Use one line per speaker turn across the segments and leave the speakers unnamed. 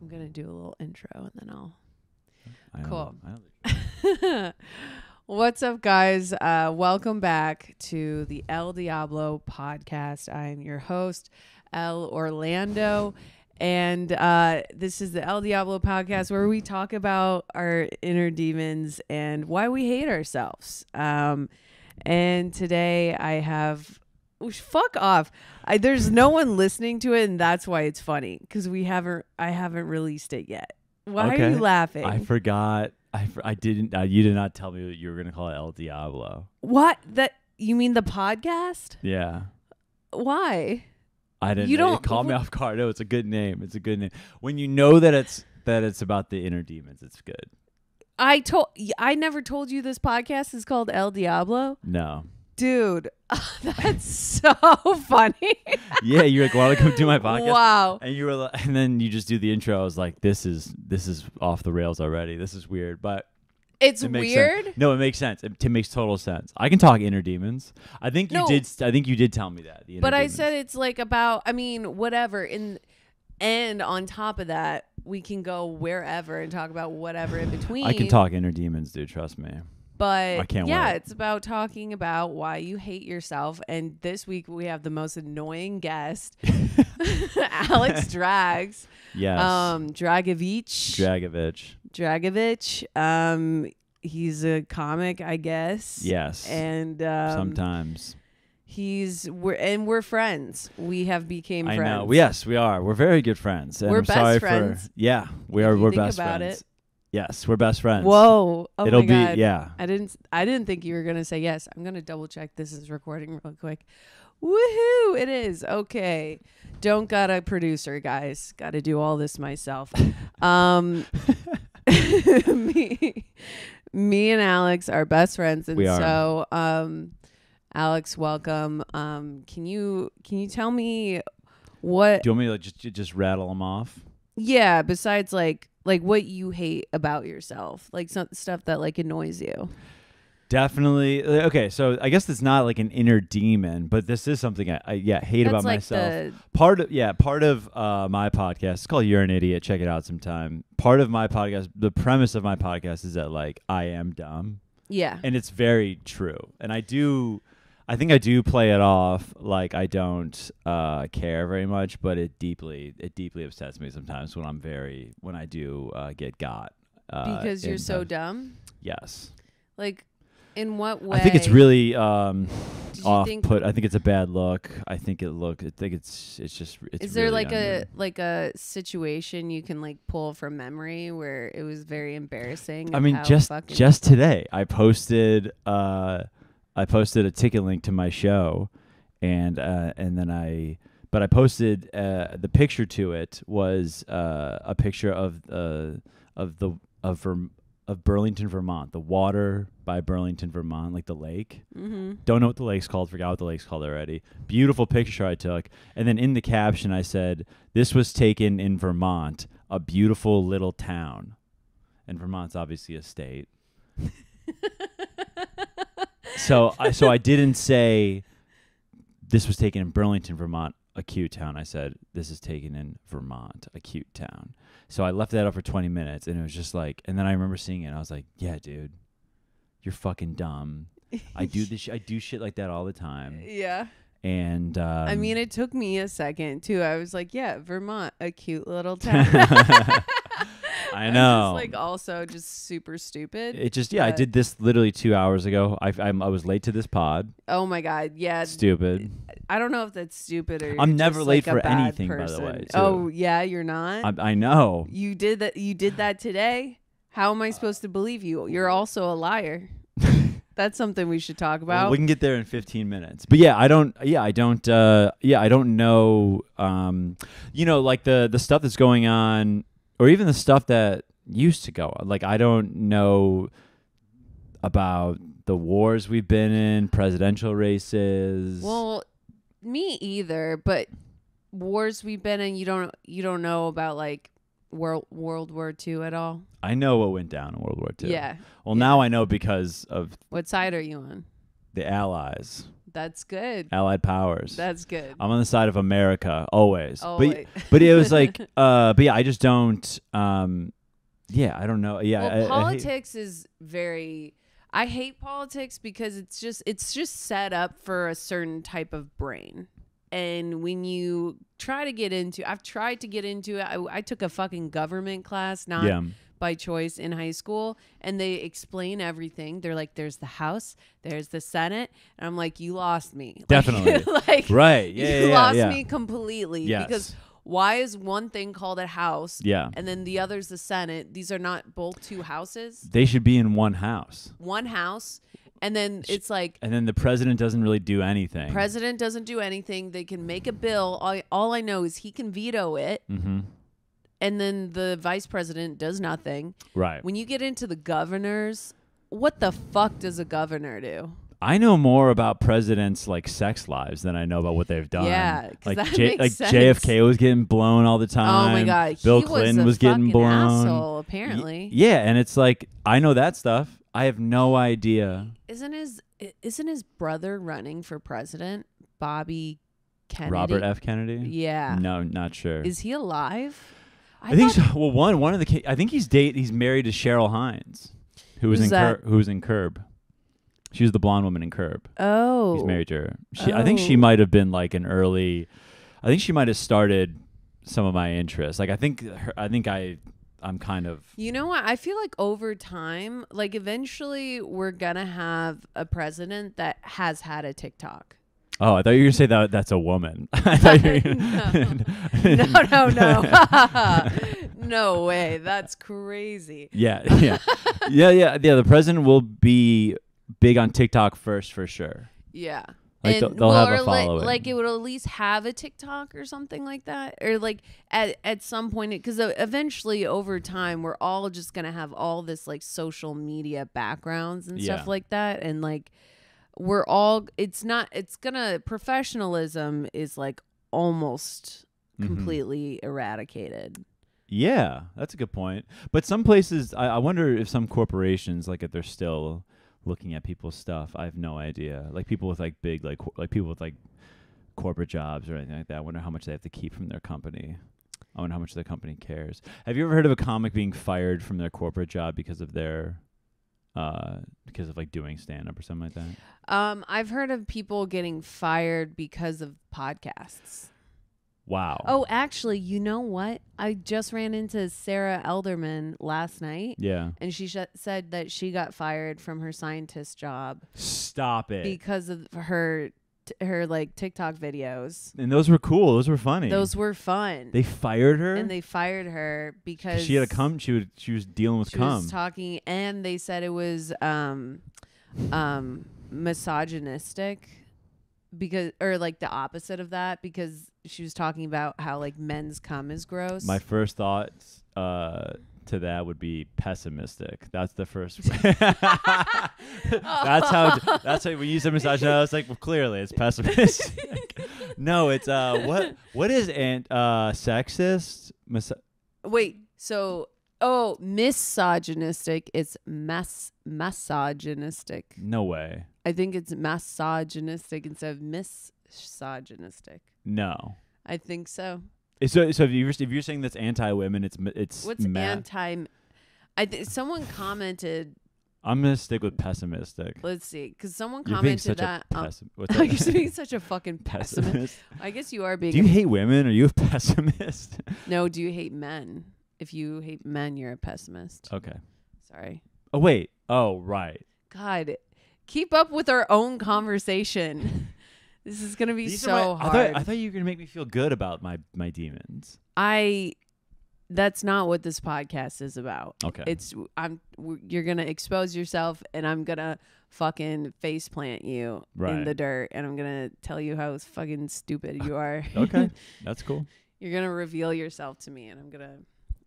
I'm gonna do a little intro and then I'll.
I don't
Cool.
know. I don't-
What's up, guys? Uh, welcome back to the El Diablo podcast. I'm your host, El Orlando. And uh, this is the El Diablo podcast where we talk about our inner demons and why we hate ourselves. Um, and today I have. Oosh, Fuck off! I, there's no one listening to it, and that's why it's funny because we haven't. I haven't released it yet. Why are
Okay.
you laughing?
I forgot. I, fr- I didn't. Uh, you did not tell me that you were gonna call it El Diablo.
What that you mean the podcast?
Yeah,
Why?
I didn't.
You
You
don't-
It caught me off guard. No, it's a good name. It's a good name. When you know that it's that it's about the inner demons, it's good.
I told I never told you this podcast is called El Diablo.
No.
Dude, that's so funny.
Yeah, you're like, want to come do my podcast?
Wow.
And you were, li- and then you just do the intro. I was like, this is this is off the rails already. This is weird, but
It's
it makes
weird.
Sense. No, it makes sense. It, it makes total sense. I can talk inner demons. I think you
No.
did. I think you did tell me that. the inner
But I
demons.
said it's like about I mean, whatever. And and on top of that, we can go wherever and talk about whatever in between.
I can talk inner demons, dude. Trust me.
But
I can't
yeah,
wait.
it's about talking about why you hate yourself. And this week we have the most annoying guest, Alex Drags,
Yes.
um, Dragovich.
Dragovich.
Dragovich. Um, he's a comic, I guess.
Yes.
And um,
sometimes.
he's we're and we're friends. We have became
I
friends.
know. Yes, we are. We're very good friends. And
We're
I'm
best
sorry
friends.
For, yeah, we are.
you
We're
think
best
about
friends.
it.
Yes, we're best friends.
Whoa! Oh
It'll
my
be
God.
yeah.
I didn't. I didn't think you were gonna say yes. I'm gonna double check. This is recording real quick. Woohoo! It is okay. Don't got a producer, guys. Got to do all this myself. Um, me, me and Alex are best friends, and
We are.
so um, Alex, welcome. Um, can you can you tell me what?
Do you want me to like, just just rattle them off?
Yeah, besides like like what you hate about yourself, like some stuff that like annoys you.
Definitely. uh, Okay, so I guess it's not like an inner demon, but this is something I, I yeah hate about myself.
the
part of yeah part of uh, my podcast it's called you're an idiot check it out sometime part of my podcast the premise of my podcast is that like i am dumb
yeah.
and it's very true and i do i think i do play it off like i don't uh, care very much but it deeply it deeply upsets me sometimes when i'm very when i do uh, get got uh,
because you're
in
so
times-
dumb
yes
like in what way
I think it's really um,
Did you
off
think-
put. I think it's a bad look. I think it look. I think it's it's just. It's
is there
really
like
under-
a like a situation you can like pull from memory where it was very embarrassing
I
of
mean,
how
just
fucking-
just today, I posted uh, I posted a ticket link to my show, and uh, and then I but I posted uh, the picture to it was uh, a picture of uh, of the of Verm- of Burlington, Vermont, the water by Burlington, Vermont, like the lake.
Mhm.
Don't know what the lake's called. Forgot what the lake's called already. Beautiful picture I took. And then in the caption, I said, This was taken in Vermont, a beautiful little town. And Vermont's obviously a state. so, I, so I didn't say this was taken in Burlington, Vermont, a cute town. I said, This is taken in Vermont, a cute town. So I left that up for 20 minutes and it was just like, and then I remember seeing it and I was like, Yeah, dude, you're fucking dumb. I do this. Sh- I do shit like that all the time.
yeah
And um,
i mean it took me a second too i was like yeah vermont a cute little town
I
I'm just,
know.
like also just super stupid
it just yeah. I
but-
did this literally two hours ago. I I'm, I was late to this pod.
oh my god yeah
Stupid.
i don't know if that's stupid or you're
I'm never
just,
late
like, a
for
bad
anything, by the
person.
way, too.
oh yeah you're not
I, I know.
You did that. You did that today. How am I supposed to believe you? You're also a liar. That's something we should talk about.
we can get there in 15 minutes. But yeah, I don't. Yeah, I don't. Uh, yeah, I don't know. Um, you know, like the the stuff that's going on, or even the stuff that used to go on. Like I don't know about the wars we've been in, presidential races.
well, me either. But wars we've been in, you don't you don't know about like world World War II at all.
I know what went down in World War II.
Yeah.
Well, now I know because of
What side are you on?
the Allies.
That's good.
Allied powers.
That's good.
I'm on the side of America always.
Oh,
Uh, But but it was like uh but yeah, I just don't um yeah, I don't know. Yeah, I- I
well,
hate-
politics is very. I hate politics because it's just it's just set up for a certain type of brain. And when you try to get into, I've tried to get into it. I, I took a fucking government class, not
yeah.
by choice in high school and they explain everything. They're like, there's the House, there's the Senate. And I'm like, you lost me. Like-
Definitely.
like,
Right. Yeah.
you
yeah,
lost
yeah.
me completely
Yes.
because why is one thing called a House
Yeah.
and then the other's the Senate? These are not both two houses,
They should be in one house.
one house. And then it's like,
And then the president doesn't really do anything.
president doesn't do anything. They can make a bill. All, all I know is he can veto it.
mm-hmm.
And then the vice president does nothing.
Right.
When you get into the governors, what the fuck does a governor do?
I know more about presidents' like sex lives than I know about what they've done.
Yeah, 'cause
like
that makes
like
sense.
JFK was getting blown all the time.
oh my god,
Bill
he
Clinton
was, a
was, getting
fucking
blown.
Asshole,
Y-
apparently,
yeah, and it's like I know that stuff. I have no idea.
isn't his i- isn't his brother running for president, Bobby Kennedy?
Robert F. Kennedy.
Yeah,
No, not sure.
is he alive?
I, think
thought-
so. well, one one of the ki- I think he's date he's married to Cheryl Hines, who was
Who's
in
that?
Cur- who was in Curb. She was the blonde woman in Curb.
Oh,
He's married to her. She, I think she
Oh.
might have been like an early. I think she might have started some of my interests. Like I think her, I think I I'm kind of
You know what? I feel like over time, like eventually, we're gonna have a president that has had a TikTok.
oh I thought you were gonna say that that's a woman. I thought you were gonna,
No, no, no, no way. That's crazy.
yeah yeah yeah yeah yeah. The president will be big on TikTok first for sure.
Yeah.
Like, they'll- they'll have a
or li-
following.
Like it would at least have a TikTok or something like that, or like at at some point, because eventually over time we're all just gonna have all this like social media backgrounds and
Yeah.
stuff like that, and like we're all it's not it's gonna professionalism is like almost
Mhm.
completely eradicated.
Yeah, that's a good point. But some places, I, I wonder if some corporations, like if they're still looking at people's stuff. I have no idea. Like people with like big, like cor- like people with like corporate jobs or anything like that. I wonder how much they have to keep from their company. I wonder how much their company cares. Have you ever heard of a comic being fired from their corporate job because of their, uh, because of like doing stand up or something like that?
Um, I've heard of people getting fired because of podcasts.
Wow.
Oh, actually, you know what? I just ran into Sarah Elderman last night,
Yeah.
and she sh- said that she got fired from her scientist job
Stop it.
because of her t- her like TikTok videos.
and those were cool. Those were funny.
Those were fun,
They fired her.
and they fired her
'Cause
because
she had a cum. She would. She was dealing with
She
cum.
was talking, and they said it was um, um, misogynistic because, or like the opposite of that, because she was talking about how like men's cum is gross.
My first thoughts uh, to that would be pessimistic. That's the first. that's how. That's how when you said misogyny. I was like, well, clearly it's pessimistic. no, it's uh, what? What is ant uh, sexist? Mis-
Wait, so oh, misogynistic. It's mass misogynistic.
no way.
I think it's misogynistic instead of misogynistic.
No.
I think so.
It's- So, so if you're if you're saying that's anti-women, it's mi- it's
What's
ma-
anti? I th- someone commented.
I'm gonna stick with pessimistic.
Let's see, because someone
You're being such
commented that.
a
um,
pessim- what's
You're
that?
being such a fucking pessimist.
pessimist.
I guess you are being.
Do you hate women? Are you a pessimist?
no, do you hate men? If you hate men, you're a pessimist.
okay.
Sorry.
Oh wait. Oh right.
God, keep up with our own conversation. this is gonna be
These are
so hard.
my- I thought, I thought you were gonna make me feel good about my my demons.
I that's not what this podcast is about.
Okay.
It's I'm w- you're going to expose yourself and I'm going to fucking face plant you in
Right.
the dirt and I'm going to tell you how fucking stupid you are.
okay. That's cool.
you're going to reveal yourself to me and I'm going to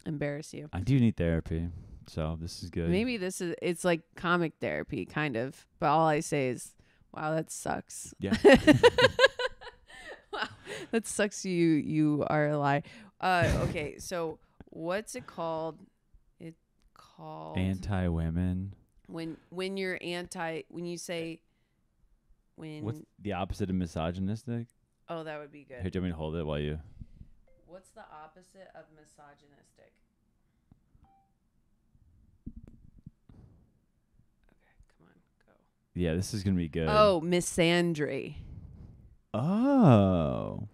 embarrass you.
I do need therapy, so this is good.
Maybe this is it's like comic therapy kind of, but all I say is wow, that sucks.
Yeah.
wow. That sucks you you are a lie. Uh okay, so what's it called? It called
Anti women.
when when you're anti when you say when
What's the opposite of misogynistic?
oh that would be
Here,
good.
do you want me to hold it while you?
What's the opposite of misogynistic? Okay, come on, go.
Yeah, this is gonna be good.
Oh, misandry.
Oh.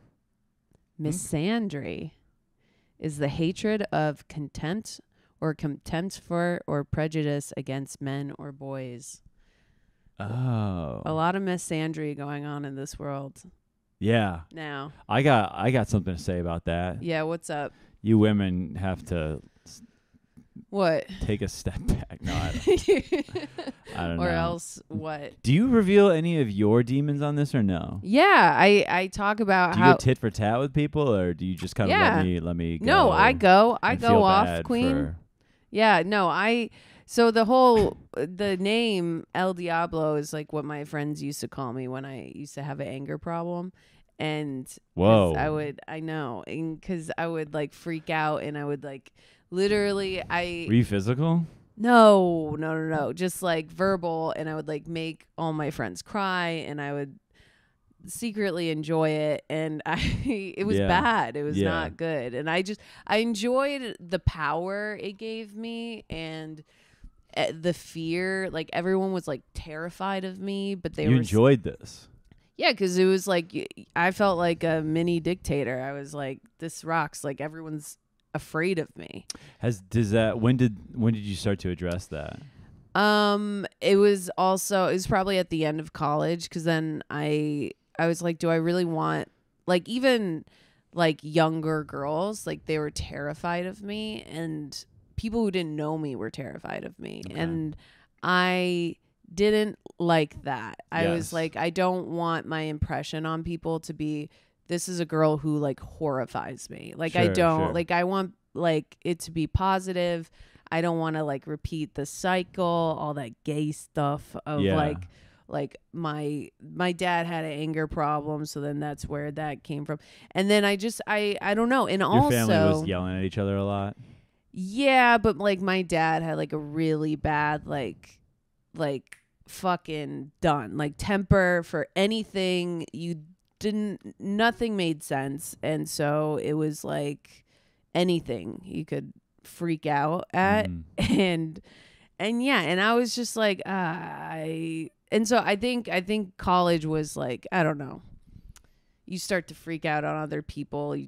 Hmm?
Misandry is the hatred of contempt or contempt for or prejudice against men or boys.
Oh.
A lot of misandry going on in this world
Yeah,
now.
I got I got something to say about that.
Yeah, what's up?
You women have to
What?
take a step back. No, I don't, I don't
or
know.
else what?
Do you reveal any of your demons on this or no?
Yeah, I I talk about
Do you
how
go tit for tat with people, or do you just kind of
Yeah.
let me let me? Go
No, I go. I
and feel
go off
bad
queen.
for-
Yeah, no, I so the whole the name El Diablo is like what my friends used to call me when I used to have an anger problem and 'cause
Whoa!
I would I know and cuz I would like freak out and I would like literally I
Were you physical?
no, no, no, no. Just like verbal. And I would like make all my friends cry and I would secretly enjoy it. And I, it was
Yeah.
bad. It was
Yeah.
not good. And I just, I enjoyed the power it gave me and eh, the fear. Like everyone was like terrified of me, but they
You
were.
enjoyed this.
Yeah, because it was like y- I felt like a mini dictator. I was like, this rocks. Like everyone's afraid of me.
Has does that? When did when did you start to address that?
Um, it was also it was probably at the end of college because then I I was like, do I really want like even like younger girls like they were terrified of me and people who didn't know me were terrified of me
Okay.
and I didn't like that. I was
Yes.
like, I don't want my impression on people to be this is a girl who like horrifies me. Like I
Sure,
don't
sure.
like I want like it to be positive. I don't want to like repeat the cycle, all that gay stuff of
Yeah.
like like my my dad had an anger problem, so then that's where that came from. And then I just I I don't know. And
Your
also
family was yelling at each other a lot.
yeah, but like my dad had like a really bad like like fucking done like temper for anything you didn't nothing made sense and so it was like anything you could freak out at
Mm.
and and yeah and i was just like uh, i and so i think i think college was like i don't know you start to freak out on other people you,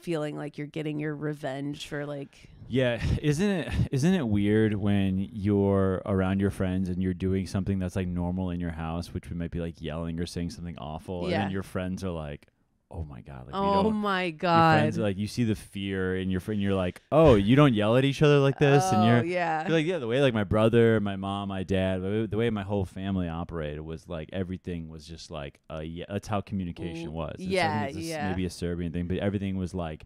feeling like you're getting your revenge for like
Yeah, isn't it isn't it weird when you're around your friends and you're doing something that's like normal in your house, which we might be like yelling or saying something awful, and
Yeah.
then your friends are like, "Oh my god!" Like, we
oh
don't,
my
Your
god
friends, like you see the fear in your friend, you're like, "Oh, you don't yell at each other like this," and
Oh,
you're,
yeah
you're like, "Yeah." The way like my brother, my mom, my dad, the way- the way my whole family operated was like everything was just like, uh, yeah, that's how communication
Mm,
was. It's- I think
yeah,
it's a s-
yeah.
Maybe a Serbian thing, but everything was like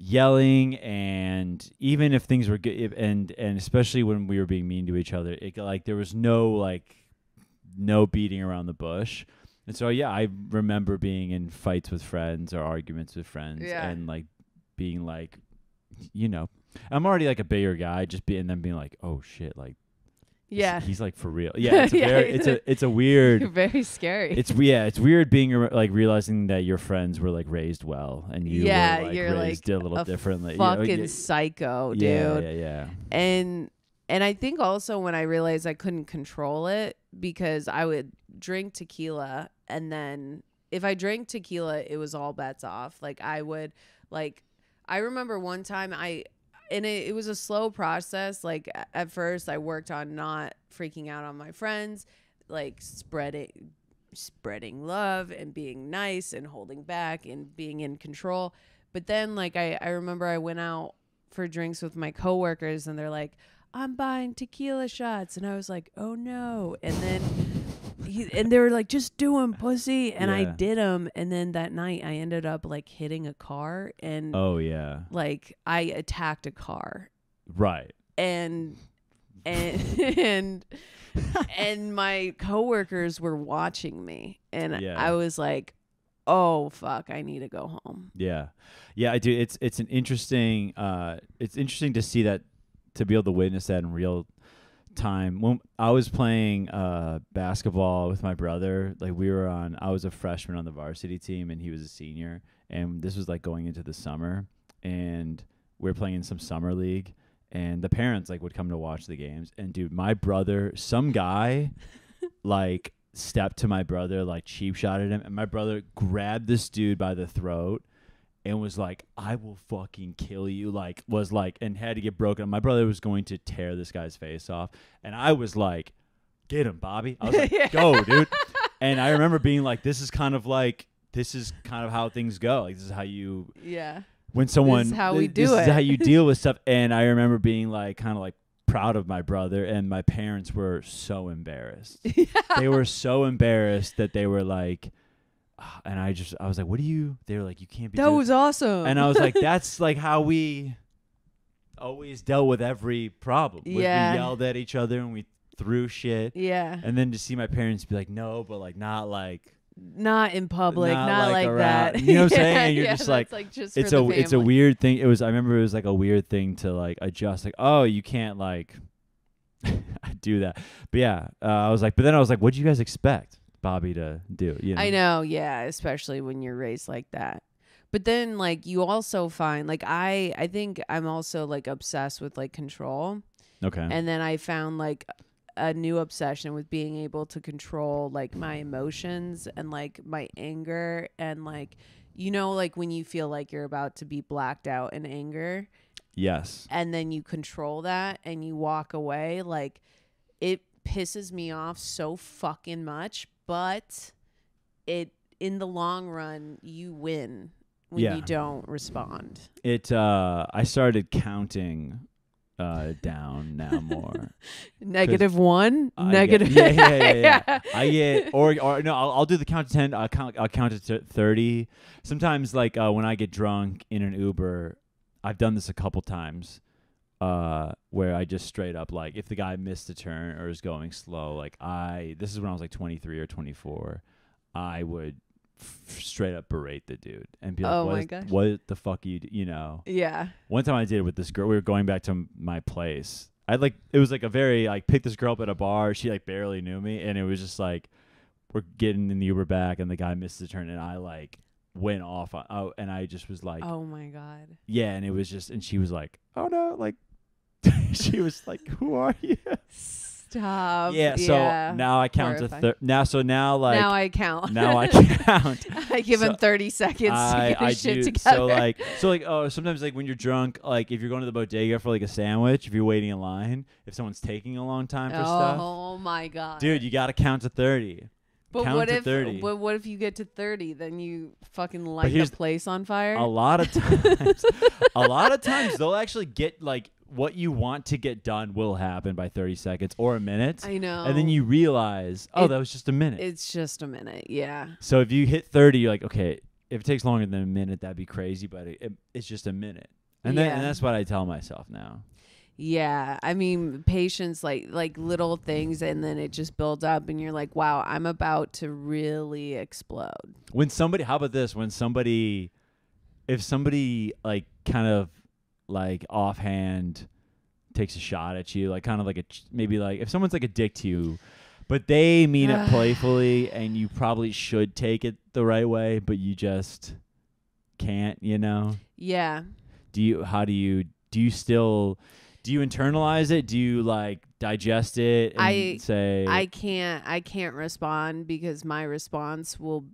yelling and even if things were good if, and and especially when we were being mean to each other it like there was no like no beating around the bush and so yeah i remember being in fights with friends or arguments with friends
Yeah.
and like being like you know i'm already like a bigger guy just be and then being like oh shit like this-
yeah
he's like for real yeah it's a
Yeah,
very
he's
it's a
like-
it's a weird
you're very scary
it's yeah, it's weird being ar- like realizing that your friends were like raised well and you
Yeah,
were like
you're, like,
raised a little
a
differently. You know,
fucking
yeah,
psycho dude
yeah, yeah, yeah.
and and I think also when I realized I couldn't control it because I would drink tequila and then if I drank tequila it was all bets off like I would like I remember one time I and it, it was a slow process like a- at first I worked on not freaking out on my friends like spreading spreading love and being nice and holding back and being in control but then like I I remember I went out for drinks with my coworkers and they're like i'm buying tequila shots and i was like oh no and then he, and they were like just do 'em, pussy and i
Yeah.
did 'em. and then that night i ended up like hitting a car and
Oh yeah,
like i attacked a car
right.
and and and and my coworkers were watching me and
Yeah.
i was like oh fuck i need to go home
Yeah, yeah. I do. It's it's an interesting. Uh, it's interesting to see that to be able to witness that in real time when I was playing uh, basketball with my brother, like we were on, I was a freshman on the varsity team and he was a senior, and this was like going into the summer, and we were playing in some summer league, and the parents like would come to watch the games, and dude, my brother, some guy, like stepped to my brother, like cheap shot at him, and my brother grabbed this dude by the throat. And was like, I will fucking kill you. Like, was like, and had to get broken. up. My brother was going to tear this guy's face off. And I was like, get him, Bobby. I was like,
Yeah.
go, dude. And I remember being like, this is kind of like, this is kind of how things go. Like, this is how you,
yeah.
when someone,
how we
th-
do
This is
it.
how you deal with stuff. And I remember being like, kind of like proud of my brother. And my parents were so embarrassed. They were so embarrassed that they were like, "Ah," and I just, I was like, what do you, they were like, you can't be
That
doing
was awesome.
and I was like, that's like how we always dealt with every problem. Was
Yeah.
We yelled at each other and we threw shit.
yeah,
And then to see my parents be like, no, but like not like
not in public, not,
Not
like,
like
that.
around- you know what I'm
Yeah,
saying? You're
yeah,
just
that's
like,
just
it's
for
a
the
it's a
family.
weird thing. It was I remember it was like a weird thing to like adjust. Like oh you can't like do that. But yeah, uh, I was like, but then I was like, what do you guys expect Bobby to do? You know?
I know, yeah, especially when you're raised like that. But then like you also find like I I think I'm also like obsessed with like control.
Okay.
And then I found like a new obsession with being able to control like my emotions and like my anger and like you know like when you feel like you're about to be blacked out in anger
yes.
and then you control that and you walk away like it pisses me off so fucking much but it in the long run you win when
Yeah.
you don't respond
It uh I started counting uh down now more.
negative one
I get-
negative
yeah, yeah, yeah, yeah, I get or or no, I'll, I'll do the count to ten. I'll count. I'll count it to thirty. Sometimes, like uh, when I get drunk in an Uber, I've done this a couple times, uh, where I just straight up like if the guy missed a turn or is going slow, like I this is when I was like twenty three or twenty four, I would f- straight up berate the dude and be like,
Oh
"What
my
is-
gosh.
what the fuck you d- you know."
yeah
One time I did it with this girl. We were going back to m- my place. I like it was like a very like picked this girl up at a bar. She like barely knew me, and it was just like we're getting in the Uber back, and the guy missed the turn, and I like went off on oh, and I just was like
oh my god
yeah, and it was just and she was like oh no like she was like who are you
stop
yeah, so now I count
Horrifying.
to thir- now so now like
now i count
now I count
i give him
So
30 seconds to get his shit together
So like, so like, oh, sometimes like when you're drunk, like if you're going to the bodega for like a sandwich, if you're waiting in line, if someone's taking a long time for stuff,
oh my god
dude, you gotta count to thirty.
But
Count
what
to
if
30.
What, what if you get to thirty, then you fucking light the
here's-
place on fire?
A lot of times, a lot of times they'll actually get like what you want to get done will happen by thirty seconds or a minute,
I know.
and then you realize, oh,
It-
that was just a minute.
It's just a minute. Yeah.
so if you hit thirty, you're like, okay, if it takes longer than a minute, that'd be crazy, but it, it- it's just a minute. And, then,
Yeah.
and that's what I tell myself now.
Yeah. I mean, patience, like like little things, and then it just builds up, and you're like, wow, I'm about to really explode.
when somebody how about this when somebody if somebody like kind of like offhand takes a shot at you like kind of like a ch- maybe like if someone's like a dick to you but they mean it playfully and you probably should take it the right way but you just can't you know
Yeah.
do you how do you do you still do you internalize it do you like digest it and
I-
say
I can't. I can't respond because my response will.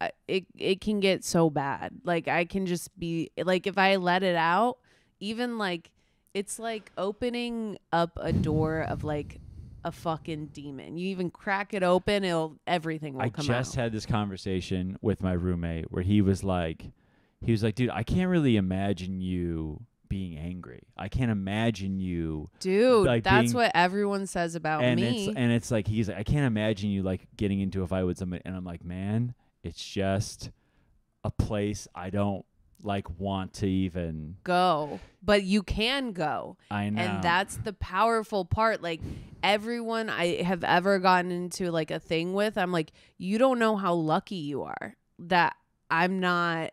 I- It it can get so bad. Like I can just be like if I let it out, even like it's like opening up a door of like a fucking demon. You even crack it open, it'll everything will
I
come
just
out.
had this conversation with my roommate where he was like, he was like, dude, I can't really imagine you being angry. I can't imagine you.
Dude,
like
that's
being-
what everyone says about
and
Oh, me.
it's and it's like he's like, I can't imagine you like getting into a fight with somebody. And I'm like, man, it's just a place I don't like want to even.
go, but you can go.
I know.
and that's the powerful part like everyone i have ever gotten into like a thing with i'm like you don't know how lucky you are that i'm not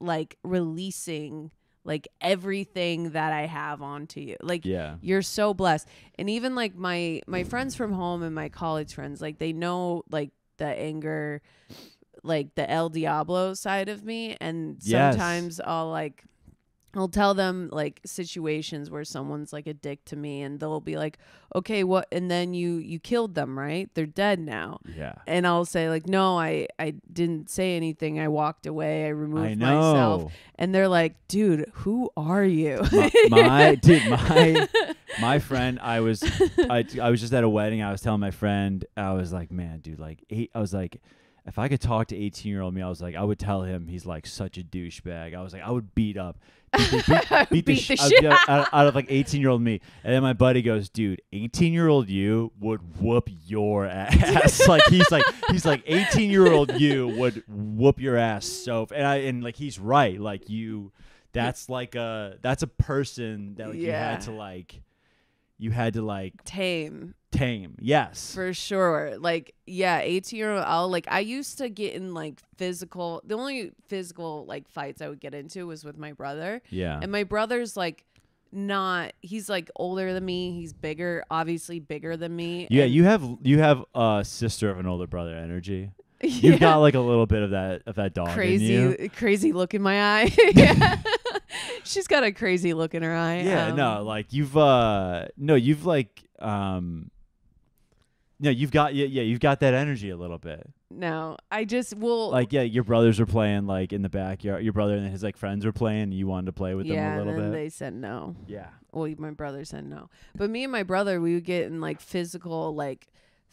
like releasing like everything that I have onto you. Like
Yeah.
you're so blessed. And even like my my friends from home and my college friends, like they know like the anger, like the El Diablo side of me. And
Yes.
sometimes I'll like I'll tell them like situations where someone's like a dick to me and they'll be like, Okay, what and then you you killed them, right? They're dead now.
Yeah.
And I'll say like, No, I I didn't say anything. I walked away. I
I
removed myself.
know.
And they're like, Dude, who are you?
my, my dude, my my friend, I was I, I was just at a wedding. I was telling my friend, I was like, man, dude, like eight. I was like, if I could talk to eighteen year old me, I was like, I would tell him he's like such a douchebag. I was like, I would beat up. Beat, the-
Beat
beat,
the
the, sh- I'd
shit
be out, out, out of like 18 year old me and then my buddy goes dude 18 year old you would whoop your ass like he's like he's like 18 year old you would whoop your ass so f-" and i and like he's right like you that's like a that's a person that like, you
Yeah.
had to like you had to like
Tame.
tame yes
For sure. Like, yeah, 18 year old, I'll, like, I used to get in, like, physical, the only physical, like, fights I would get into was with my brother.
yeah
And my brother's, like, not, he's, like, older than me. He's bigger, obviously bigger than me.
yeah
and-
you have you have a sister of an older brother energy you've got like a little bit of that of that dog in you.
crazy, crazy look in my eye. yeah. She's got a crazy look in her eye.
yeah
um,
no like you've uh no you've like um no you've got yeah, yeah you've got that energy a little bit
No, I just will.
like yeah your brothers were playing like in the backyard your brother and his like friends were playing and you wanted to play with
yeah,
them a
and
little
then
bit
they said no.
yeah
well my brother said no but me and my brother we would get in like physical like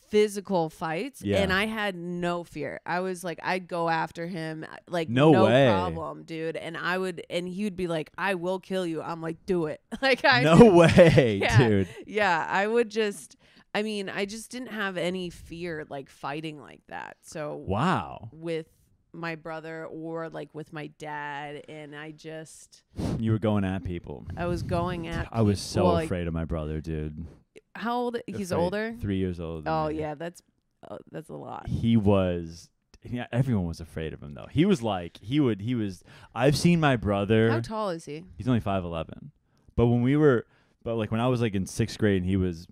physical fights
Yeah.
and i had no fear i was like i'd go after him uh, like
No
no,
way.
problem dude and i would and he would be like i will kill you i'm like do it like i
no way
Yeah.
dude
yeah i would just i mean i just didn't have any fear like fighting like that so
wow
with my brother or like with my dad and i just
you were going at people
i was going at
i was so
well, like,
afraid of my brother dude
how old he's
Afraid.
older
three years old than
Oh
me.
yeah, that's oh, that's a lot.
he was yeah, everyone was afraid of him though. He was like he would he was I've seen my brother
How tall is he?
He's only five eleven. But when we were, but like when I was like in sixth grade and he was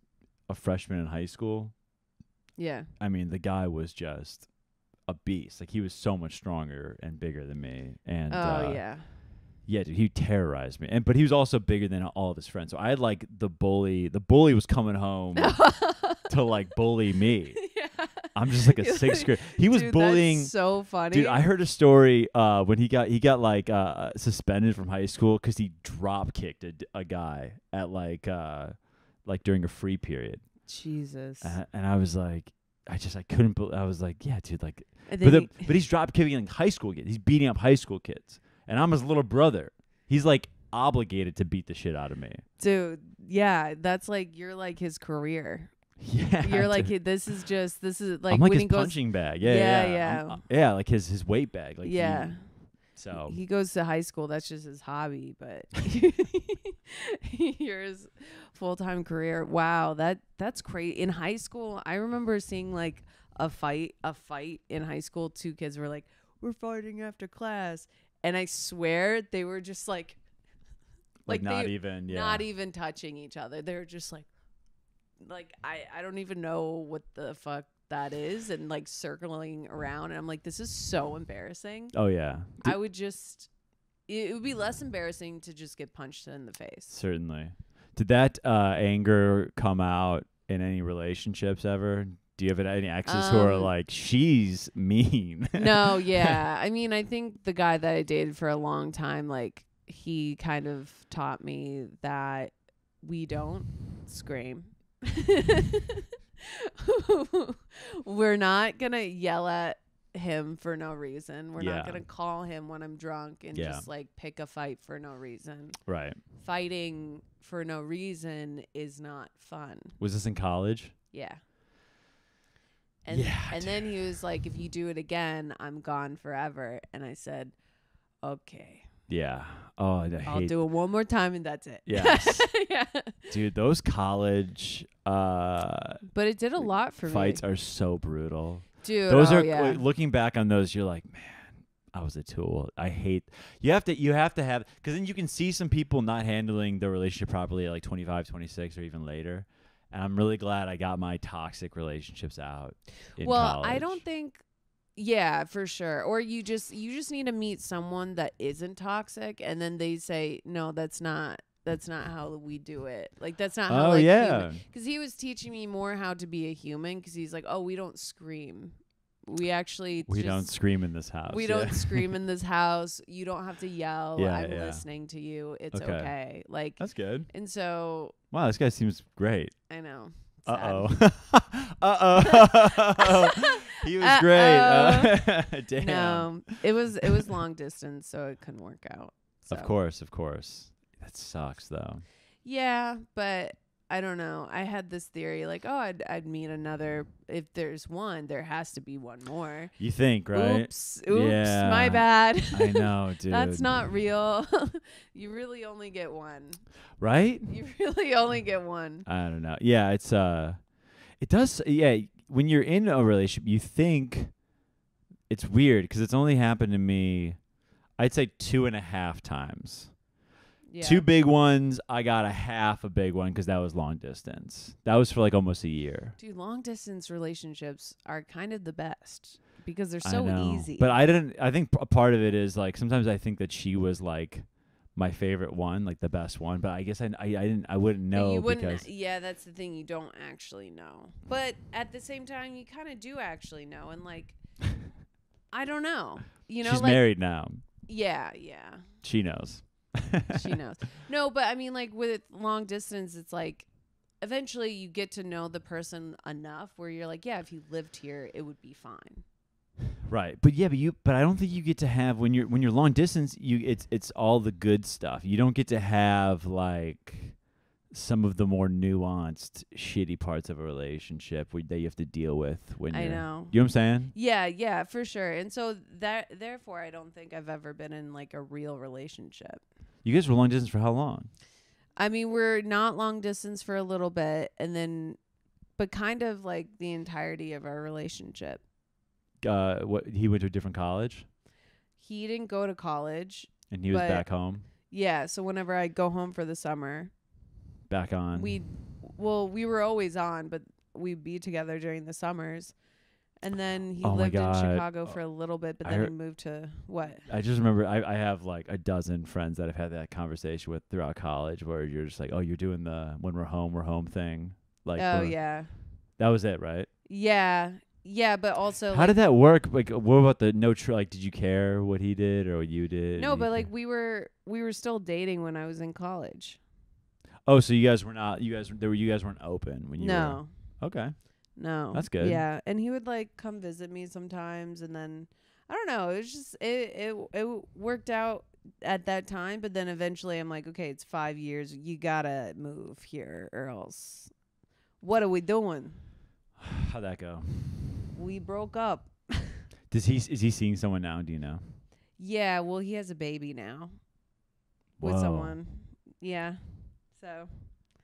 a freshman in high school,
Yeah,
I mean the guy was just a beast. Like he was so much stronger and bigger than me. And
oh
uh,
yeah,
yeah, dude, he terrorized me. And but he was also bigger than all of his friends. So I had like the bully. The bully was coming home to like bully me.
yeah.
I'm just like a
You're
sixth
like,
grade. He was
Dude, that's
bullying.
so funny,
Dude, I heard a story uh, when he got he got like uh, suspended from high school because he drop kicked a, d- a guy at like uh, like during a free period,
Jesus.
and, and I was like, I just I couldn't. bel I was like, yeah, dude, like,
And
but,
then
the, but he's drop kicking like high school kids. He's beating up high school kids, and I'm his little brother. He's like obligated to beat the shit out of me.
he- dude, yeah, that's like you're like his career.
Yeah,
You're like
dude.
he- this is just this is like
I'm like
when
his
he goes.
punching bag. Yeah,
Yeah,
yeah, I'm-
yeah.
uh, yeah, like his his weight bag. Like he-
yeah,
so
he goes to high school. That's just his hobby, but you're his full time career. Wow, that that's crazy. In high school, I remember seeing like a fight, a fight in high school. Two kids were like, "We're fighting after class," and I swear they were just like, like,
like, not
they-
even yeah.
not e even touching each other. They were just like, like I I don't even know what the fuck that is, and like circling around. And I'm like, this is so embarrassing.
oh yeah.
I would just. It it would be less embarrassing to just get punched in the face.
Certainly. Did that uh, anger come out in any relationships ever? Do you have any exes who are
Um,
like, she's mean?
no, yeah. I mean, I think the guy that I dated for a long time, like, he kind of taught me that we don't scream. We're not going to yell at him for no reason. We're
Yeah.
not going to call him when I'm drunk and
Yeah.
just like pick a fight for no reason.
right.
Fighting for no reason is not fun.
Was this in college?
Yeah. And
Yeah,
and then he was like, if you do it again, I'm gone forever. And I said, okay,
Yeah. Oh, I hate
I'll do it one more time and that's it.
Yes.
yeah.
Dude, those college uh,
But it did a lot for
fights
me.
are so brutal.
Dude,
those
oh,
are,
yeah.
like, looking back on those, you're like, man, I was a tool. I hate you have to you have to have because then you can see some people not handling their relationship properly at like 25, 26, or even later. And I'm really glad I got my toxic relationships out. in
well, I
college.
don't think yeah, for sure. Or you just you just need to meet someone that isn't toxic and then they say, "No, that's not that's not how we do it." Like that's not how
Oh
like
yeah,
Cuz he was teaching me more how to be a human cuz he's like, "Oh, we don't scream. We actually
we
just-
don't scream in this house.
we
yeah.
don't scream in this house. You don't have to yell.
Yeah,
I'm
yeah.
listening to you. It's okay.
Okay.
Like
That's good.
and so
Wow, this guy seems great.
I know. sad.
Uh oh. uh oh. he was great. Uh, damn.
No, it was it was long distance, so it couldn't work out.
Of
So.
course, of course. That sucks though.
Yeah, but I don't know. I had this theory like, oh, I'd, I'd meet another. If there's one, there has to be one more.
You think, right?
Oops, oops, my
Yeah.
bad.
I know, dude.
That's not real. you really only get one.
right.
You really only get one.
I don't know. Yeah, it's uh, it does. Yeah, when you're in a relationship, you think it's weird because it's only happened to me. I'd say two and a half times.
Yeah.
Two big ones. I got a half a big one because that was long distance. That was for like almost a year.
Dude, long distance relationships are kind of the best because they're
I
so
know.
easy.
But I didn't. I think p- a part of it is like sometimes I think that she was like my favorite one, like the best one. But I guess I I, I didn't. I wouldn't
But
know
you wouldn't
because
yeah that's the thing you don't actually know but at the same time you kind of do actually know and like i don't know you know
she's
like
married now.
yeah yeah
She knows.
she knows no but i mean like with long distance it's like eventually you get to know the person enough where you're like yeah if he lived here it would be fine
Right, but yeah, but you, but I don't think you get to have when you're when you're long distance. You it's it's all the good stuff. You don't get to have like some of the more nuanced shitty parts of a relationship where, that you have to deal with when
i
you're.
know
You know what I'm saying?
yeah yeah for sure and so that therefore i don't think i've ever been in like a real relationship
You guys were long distance for how long?
I mean, we're not long distance for a little bit, and then, but kind of like the entirety of our relationship.
Uh, what he went to a different college
He didn't go to college.
and he was
But-
back home,
Yeah, so whenever I go home for the summer,
back on.
we, well, we were always on, but we'd be together during the summers. And then he
Oh my
lived in
God.
Chicago for a little bit, but
I
then
heard-
he moved to what?
I just remember I, I have like a dozen friends that I've had that conversation with throughout college where you're just like, oh, you're doing the when we're home, we're home thing. Like,
oh
we're-
yeah,
that was it, right?
yeah, yeah. But also,
How
like,
did that work? Like, what about the no? Tr- like, did you care what he did or what you did?
no,
You
but
ca-
like we were we were still dating when I was in college.
oh, so you guys were not. You guys there were. You guys weren't open when you.
no.
Were, okay.
No.
That's good.
Yeah, and he would like come visit me sometimes and then I don't know, it was just it it it worked out at that time, but then eventually I'm like, okay, it's 5 years. You got to move here or else what are we doing?
How'd that go?
We broke up.
Does he is he seeing someone now? Do you know?
Yeah, well, he has a baby now with
Whoa.
someone. Yeah. So,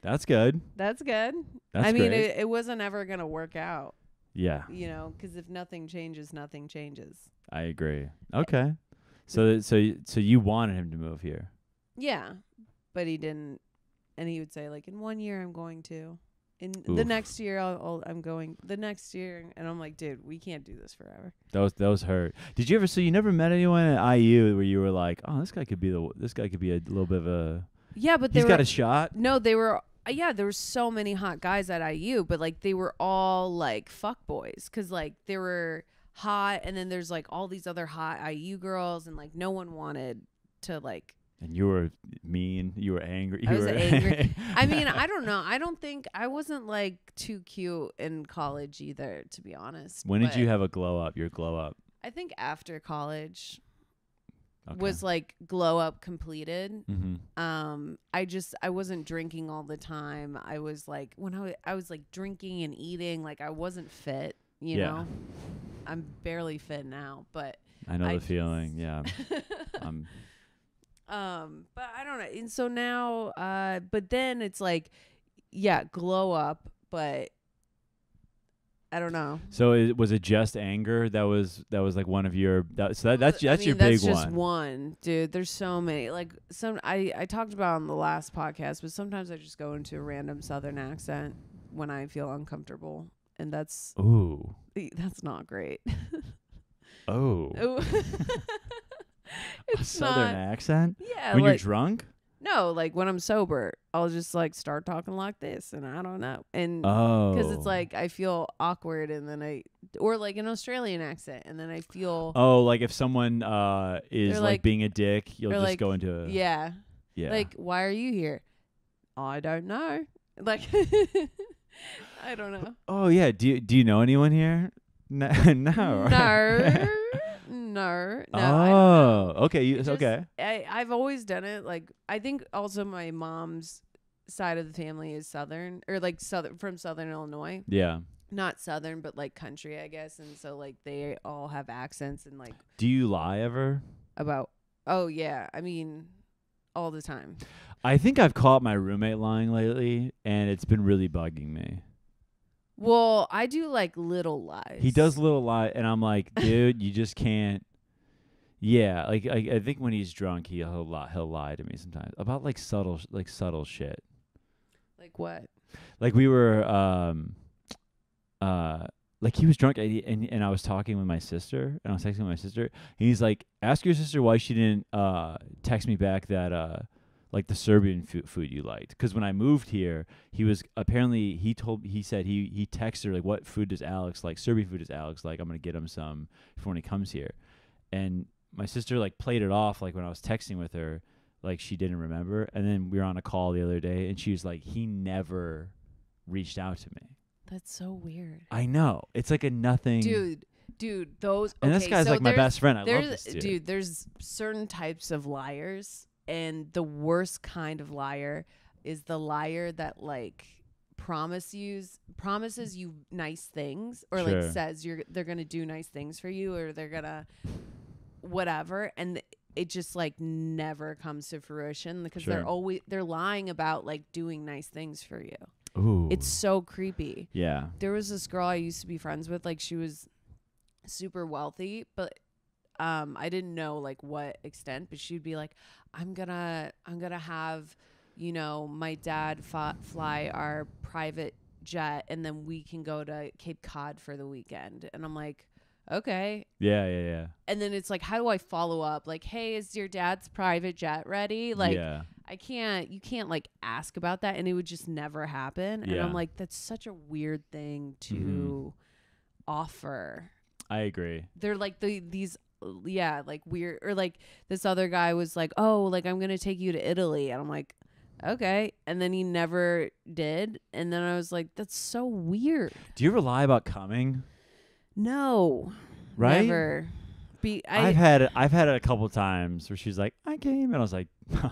That's good.
that's good.
That's
I mean,
great.
it, it wasn't ever going to work out,
yeah,
you know, 'cause if nothing changes, nothing changes.
I agree. Okay. So that- so y- so you wanted him to move here.
Yeah, but he didn't. And he would say like, "In one year, I'm going to. In the
Oof.
next year, I'll, I'll, I'm going. The next year." And I'm like, "Dude, we can't do this forever."
Those those hurt. Did you ever? So you never met anyone at IU where you were like, oh, this guy could be the this guy could be a little bit of a.
Yeah, but they
He's
were
got a shot.
no, they were. uh, Yeah, there were so many hot guys at IU, but like they were all like fuck boys, cause like they were hot, and then there's like all these other hot IU girls, and like no one wanted to like
And you were mean. You were angry.
I
you
was
were
angry. I mean, I don't know. I don't think I wasn't like too cute in college either, to be honest.
When did
but
you have a glow up? Your glow up
I think after college was like glow up completed.
mm-hmm.
Um, I just I wasn't drinking all the time. I was like when I was, I was like drinking and eating, like I wasn't fit. You
Yeah.
know, I'm barely fit now, but
I know
I
the
just-
feeling. Yeah, um,
um but i don't know and so now uh but then it's like yeah glow up but I don't know.
So it, was it just anger? That was that was like one of your. That, so that, that's
I
that's your
mean,
big
that's just
one.
one, dude. There's so many. Like some, I I talked about on the last podcast, but sometimes I just go into a random Southern accent when I feel uncomfortable, and that's e,
Ooh.
that's not great.
Oh.
Oh.
A
it's
southern
not.
accent
Yeah,
when you're
like
drunk.
no, like when I'm sober, I'll just like start talking like this, and I don't know, and
Oh.
because it's like I feel awkward, and then I or like an Australian accent, and then I feel
Oh, like if someone uh, is
They're
like,
like-
being a dick, you'll
they're
just
like,
go into a,
yeah.
yeah.
Like, why are you here? I don't know. Like, I don't know.
oh yeah. Do you, do you know anyone here? No. no.
No, no, no. I don't know.
oh. Okay. You,
It
it's
just-
okay.
I, I've always done it. Like, I think also my mom's side of the family is southern or like southern from southern Illinois,
Yeah.
not southern, but like country, I guess. And so like they all have accents and like
Do you lie ever?
about. Oh yeah, I mean, all the time.
I think I've caught my roommate lying lately, and it's been really bugging me.
Well, I do like little lies.
He does little lie, and I'm like, dude, you just can't. Yeah, like I, I think when he's drunk, he, he'll lie. He'll lie to me sometimes about like subtle, sh- like subtle shit.
like what?
Like we were, um, uh, like he was drunk, and he- and, and I was talking with my sister, and I was texting with my sister, and he's like, ask your sister why she didn't uh text me back that uh. Like the Serbian fu- food you liked, because when I moved here, he was apparently he told he said he he texted her like what food does Alex like Serbian food does Alex like I'm gonna get him some for when he comes here. And my sister like played it off like when I was texting with her, like she didn't remember. And then we were on a call the other day and she was like, He never reached out to me.
That's so weird.
I know. It's like a nothing
dude dude those
and this
okay,
guy's
so
like my
there's-
best friend. I love
there's
this dude.
dude there's certain types of liars and the worst kind of liar is the liar that like promise yous promises you nice things or
Sure.
like says you're they're gonna do nice things for you or they're gonna whatever and it just like never comes to fruition because
Sure.
they're always they're lying about like doing nice things for you
Ooh.
it's so creepy
yeah.
there was this girl I used to be friends with. Like she was super wealthy, but um, I didn't know like what extent. But she'd be like, "I'm gonna, I'm gonna have, you know, my dad fa- fly our private jet, and then we can go to Cape Cod for the weekend." And I'm like, "Okay."
Yeah, yeah, yeah.
And then it's like, how do I follow up? Like, hey, is your dad's private jet ready? Like,
yeah.
I can't, you can't like ask about that and it would just never happen. And
Yeah.
I'm like, that's such a weird thing to
Mhm.
offer.
I agree.
They're like the, these, yeah, like weird, or like this other guy was like, oh, like I'm going to take you to Italy. And I'm like, okay. And then he never did. And then I was like, that's so weird.
Do you ever lie about coming?
No.
Right?
Never. Be, I,
I've had it I've had it a couple times where she's like, I came and I was like,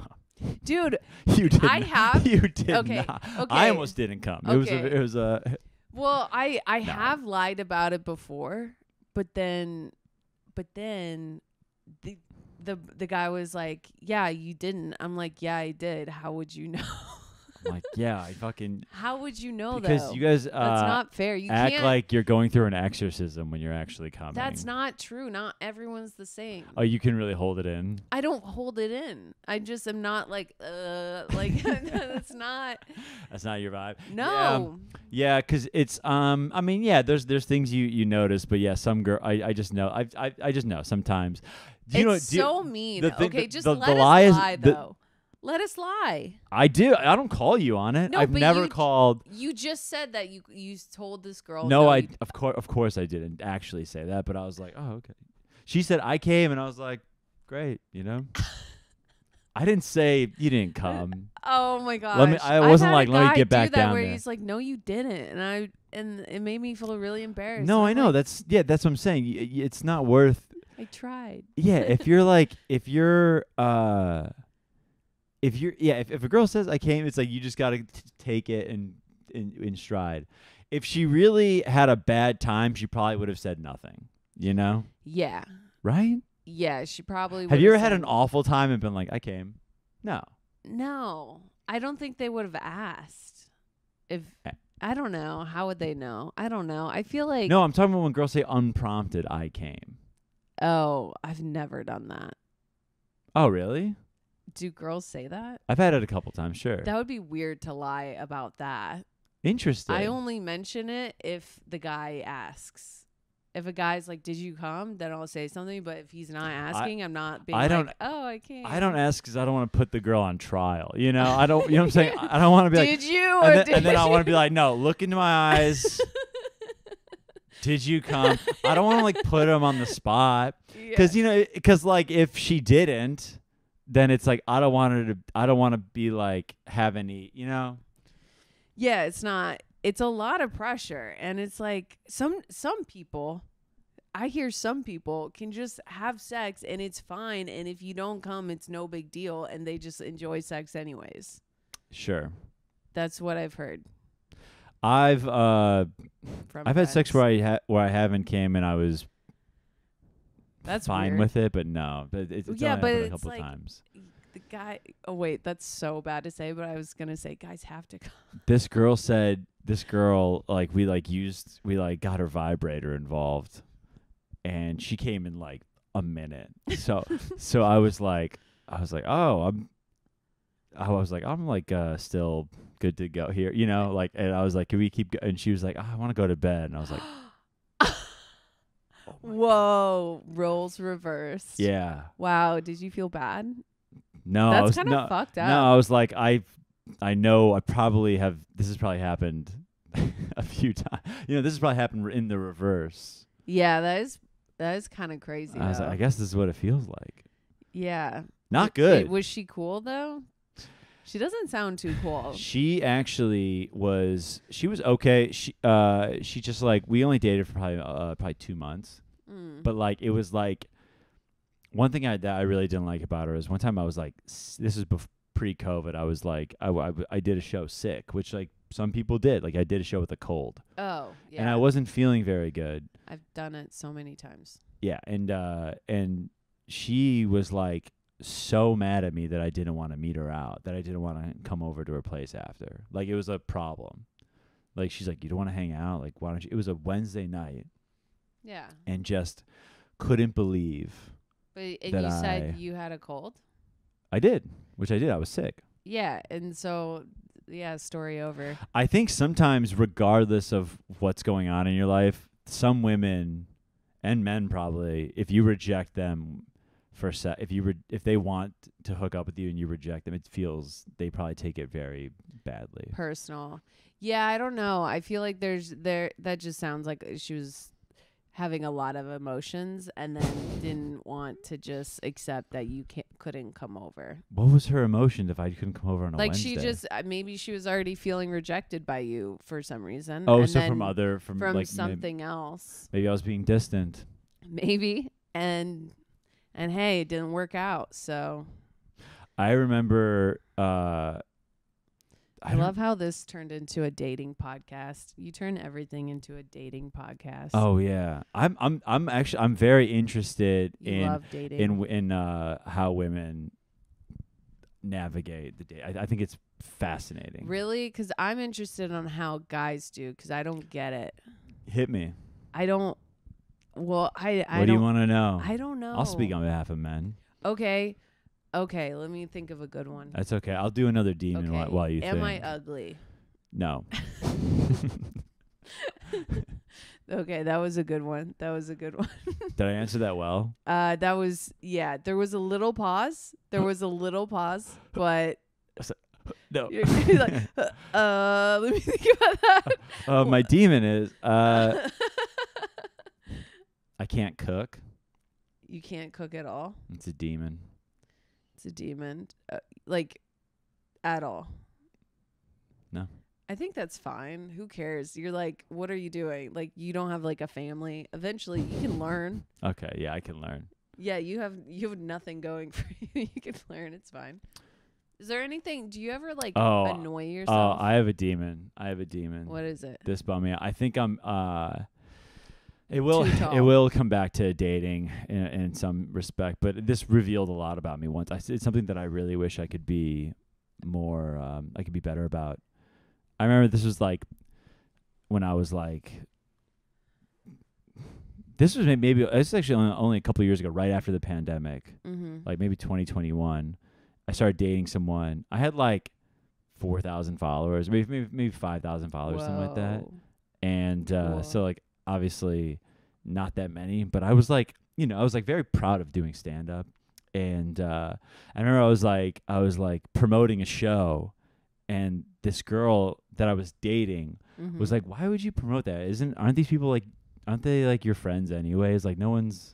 dude,
You did
I
not-
have-
you did
okay,
not. I
okay.
almost didn't come. It was a,
Okay.
it was a
Well, I I
No.
have lied about it before, but then, but then, the the the guy was like, "Yeah, you didn't." I'm like, "Yeah, I did." How would you know?
I'm like yeah, I fucking
How would you know
because
though?
you guys uh,
that's not fair. You
act
can't.
like you're going through an exorcism when you're actually coming.
that's not true. Not everyone's the same.
Oh, you can really hold it in.
I don't hold it in. I just am not like uh like that's not
That's not your vibe.
no.
Yeah, because it's um. I mean, yeah. There's there's things you you notice, but yeah, some girl. I I just know. I I I just know sometimes. Do you
it's
know? Do
so
you,
mean.
the thing-
okay,
the-
just
the- the
let us
lie is-
lie
the-
though. let us lie.
I do. I don't call you on it.
No,
I've
but
never
you-
called.
You just said that you you told this girl.
no, I
you-
of course of course I didn't actually say that, but I was like, oh okay. She said I came, and I was like, great. You know. I didn't say you didn't come.
Oh my gosh.
me- I
I've
wasn't
had a
like, let me
guy
get back
do that
down
where
there.
He's like, no, you didn't, and I and it made me feel really embarrassed.
No,
I'm
I know.
like,
that's yeah. That's what I'm saying. Y- y- It's not worth
I tried.
yeah if you're like if you're uh if you're yeah if, if a girl says i came it's like you just gotta t- take it and in, in stride if she really had a bad time she probably would have said nothing you know
Yeah,
right
yeah. She probably.
have
would've
you ever had
said-
an awful time and been like i came no
No, I don't think they would have asked if
A-
I don't know. How would they know? I don't know. I feel like
No, I'm talking about when girls say unprompted, I came.
oh, I've never done that.
Oh, really?
Do girls say that?
I've had it a couple times, sure.
That would be weird to lie about that.
Interesting.
I only mention it if the guy asks. If a guy's like, "Did you come?" then I'll say something. But if he's not asking, I, am not being.
I don't-
Like, oh, I can't.
I don't ask because I don't want to put the girl on trial. You know, I don't. You know what I'm saying? I I don't want to be like.
did you? Or
and, then,
did
and then I want to be
you?"
like, no, look into my eyes. Did you come? I don't want to like put him on the spot because you know because like if she didn't, then it's like I don't want her to. I don't want to be like have any. You know.
yeah it's not it's a lot of pressure and it's like some some people i hear some people can just have sex and it's fine and if you don't come it's no big deal and they just enjoy sex anyways
Sure.
that's what i've heard
I've uh
from
I've had sex
friends.
where I ha- where I haven't came and I was
that's
fine
weird.
with it, but no, but it's, it's
Yeah,
only
but
happened a
it's
couple
like-
times.
the guy oh wait that's so bad to say but i was gonna say guys have to come
This girl said this girl like we like used we like got her vibrator involved, and she came in like a minute. So so I was like I was like oh I'm. I was like, I'm like uh, still good to go here, you know. Like, and I was like, "Can we keep?" Go-? And she was like, "Oh, "I want to go to bed." And I was like, "Oh my God."
whoa roles reversed
"Yeah,
wow did you feel bad
no." I
that's
was
kind of
no,
fucked up
No, I was like, I, I know, I probably have. This has probably happened a few times. You know, this has probably happened in the reverse.
yeah that is that is kind of crazy
I was like,
though.
I guess this is what it feels like.
Yeah.
Not
W- wait,
good.
was she cool though? She doesn't sound too cool.
She actually was. She was okay. She, uh, she just like we only dated for probably uh, probably two months,
Mm.
but like it was like one thing I that I really didn't like about her is one time I was like, s- this is bef- pre-COVID. I was like, I, w- I w- I did a show sick, which like some people did. Like I did a show with a cold,
oh, yeah.
and I wasn't feeling very good.
I've done it so many times.
Yeah, and uh and she was like so mad at me that I didn't want to meet her out, that I didn't want to come over to her place after. Like it was a problem. Like she's like, You don't want to hang out? Like why don't you it was a Wednesday night
Yeah.
and just couldn't believe
But and
That
you said
I-
you had a cold?
I did. Which I did. I was sick.
Yeah, and so yeah, story over.
I think sometimes regardless of what's going on in your life, some women and men probably, if you reject them for se- if you re- if they want to hook up with you and you reject them, it feels they probably take it very badly.
Personal. Yeah, I don't know. I feel like there's there that just sounds like she was having a lot of emotions and then didn't want to just accept that you can't, couldn't come over.
What was her emotion if I couldn't come over on a
like
Wednesday?
she just uh, maybe she was already feeling rejected by you for some reason.
oh,
and
so from
then
other from,
from
like may-
something else,
Maybe I was being distant.
maybe. And and hey, it didn't work out. So
I remember. Uh,
I,
don't-
love how this turned into a dating podcast. You turn everything into a dating podcast.
Oh yeah, I'm I'm I'm actually I'm very interested
you
in
love dating.
in w- in uh, how women navigate the day. I, I think it's fascinating.
Really? Because I'm interested on how guys do. Because I don't get it.
Hit me.
I don't. Well, I I
what do
don't.
you want to know?
I don't know.
I'll speak on behalf of men.
Okay, okay. Let me think of a good one.
That's okay. I'll do another demon
okay.
while, while you
Am
think.
I ugly?
no.
Okay, that was a good one. That was a good one.
Did I answer that well?
Uh, that was yeah. There was a little pause. There was a little pause, but
No.
you're, you're like, uh, let me think about that.
Uh, my demon is uh, I can't cook.
you can't cook at all.
It's a demon.
It's a demon. Uh, like, at all.
No.
I think that's fine. Who cares? You're like, what are you doing? Like, you don't have like a family. Eventually, you can learn.
Okay. Yeah, I can learn.
Yeah, you have you have nothing going for you. You can learn. It's fine. Is there anything? Do you ever like
Oh,
annoy
Oh,
yourself?
I have a demon. I have a demon.
what is it?
this bummed me out. I think I'm. Uh, it will.
Too
It
tall.
will come back to dating in, in some respect, but this revealed a lot about me once. I, s- it's something that I really wish I could be more. Um, I could be better about. I remember this was like when I was like, this was may- maybe this is actually only, only a couple of years ago, right after the pandemic,
Mm-hmm.
like maybe 2021. I started dating someone. I had like four thousand followers, maybe maybe, maybe five thousand followers, something like that. And uh,
Whoa.
so like obviously not that many, but I was like, you know, I was like very proud of doing stand up. And uh, I remember I was like I was like promoting a show and this girl that I was dating
Mm-hmm. Hmm.
was like, "Why would you promote that? Isn't aren't these people like aren't they like your friends anyways? Like no one's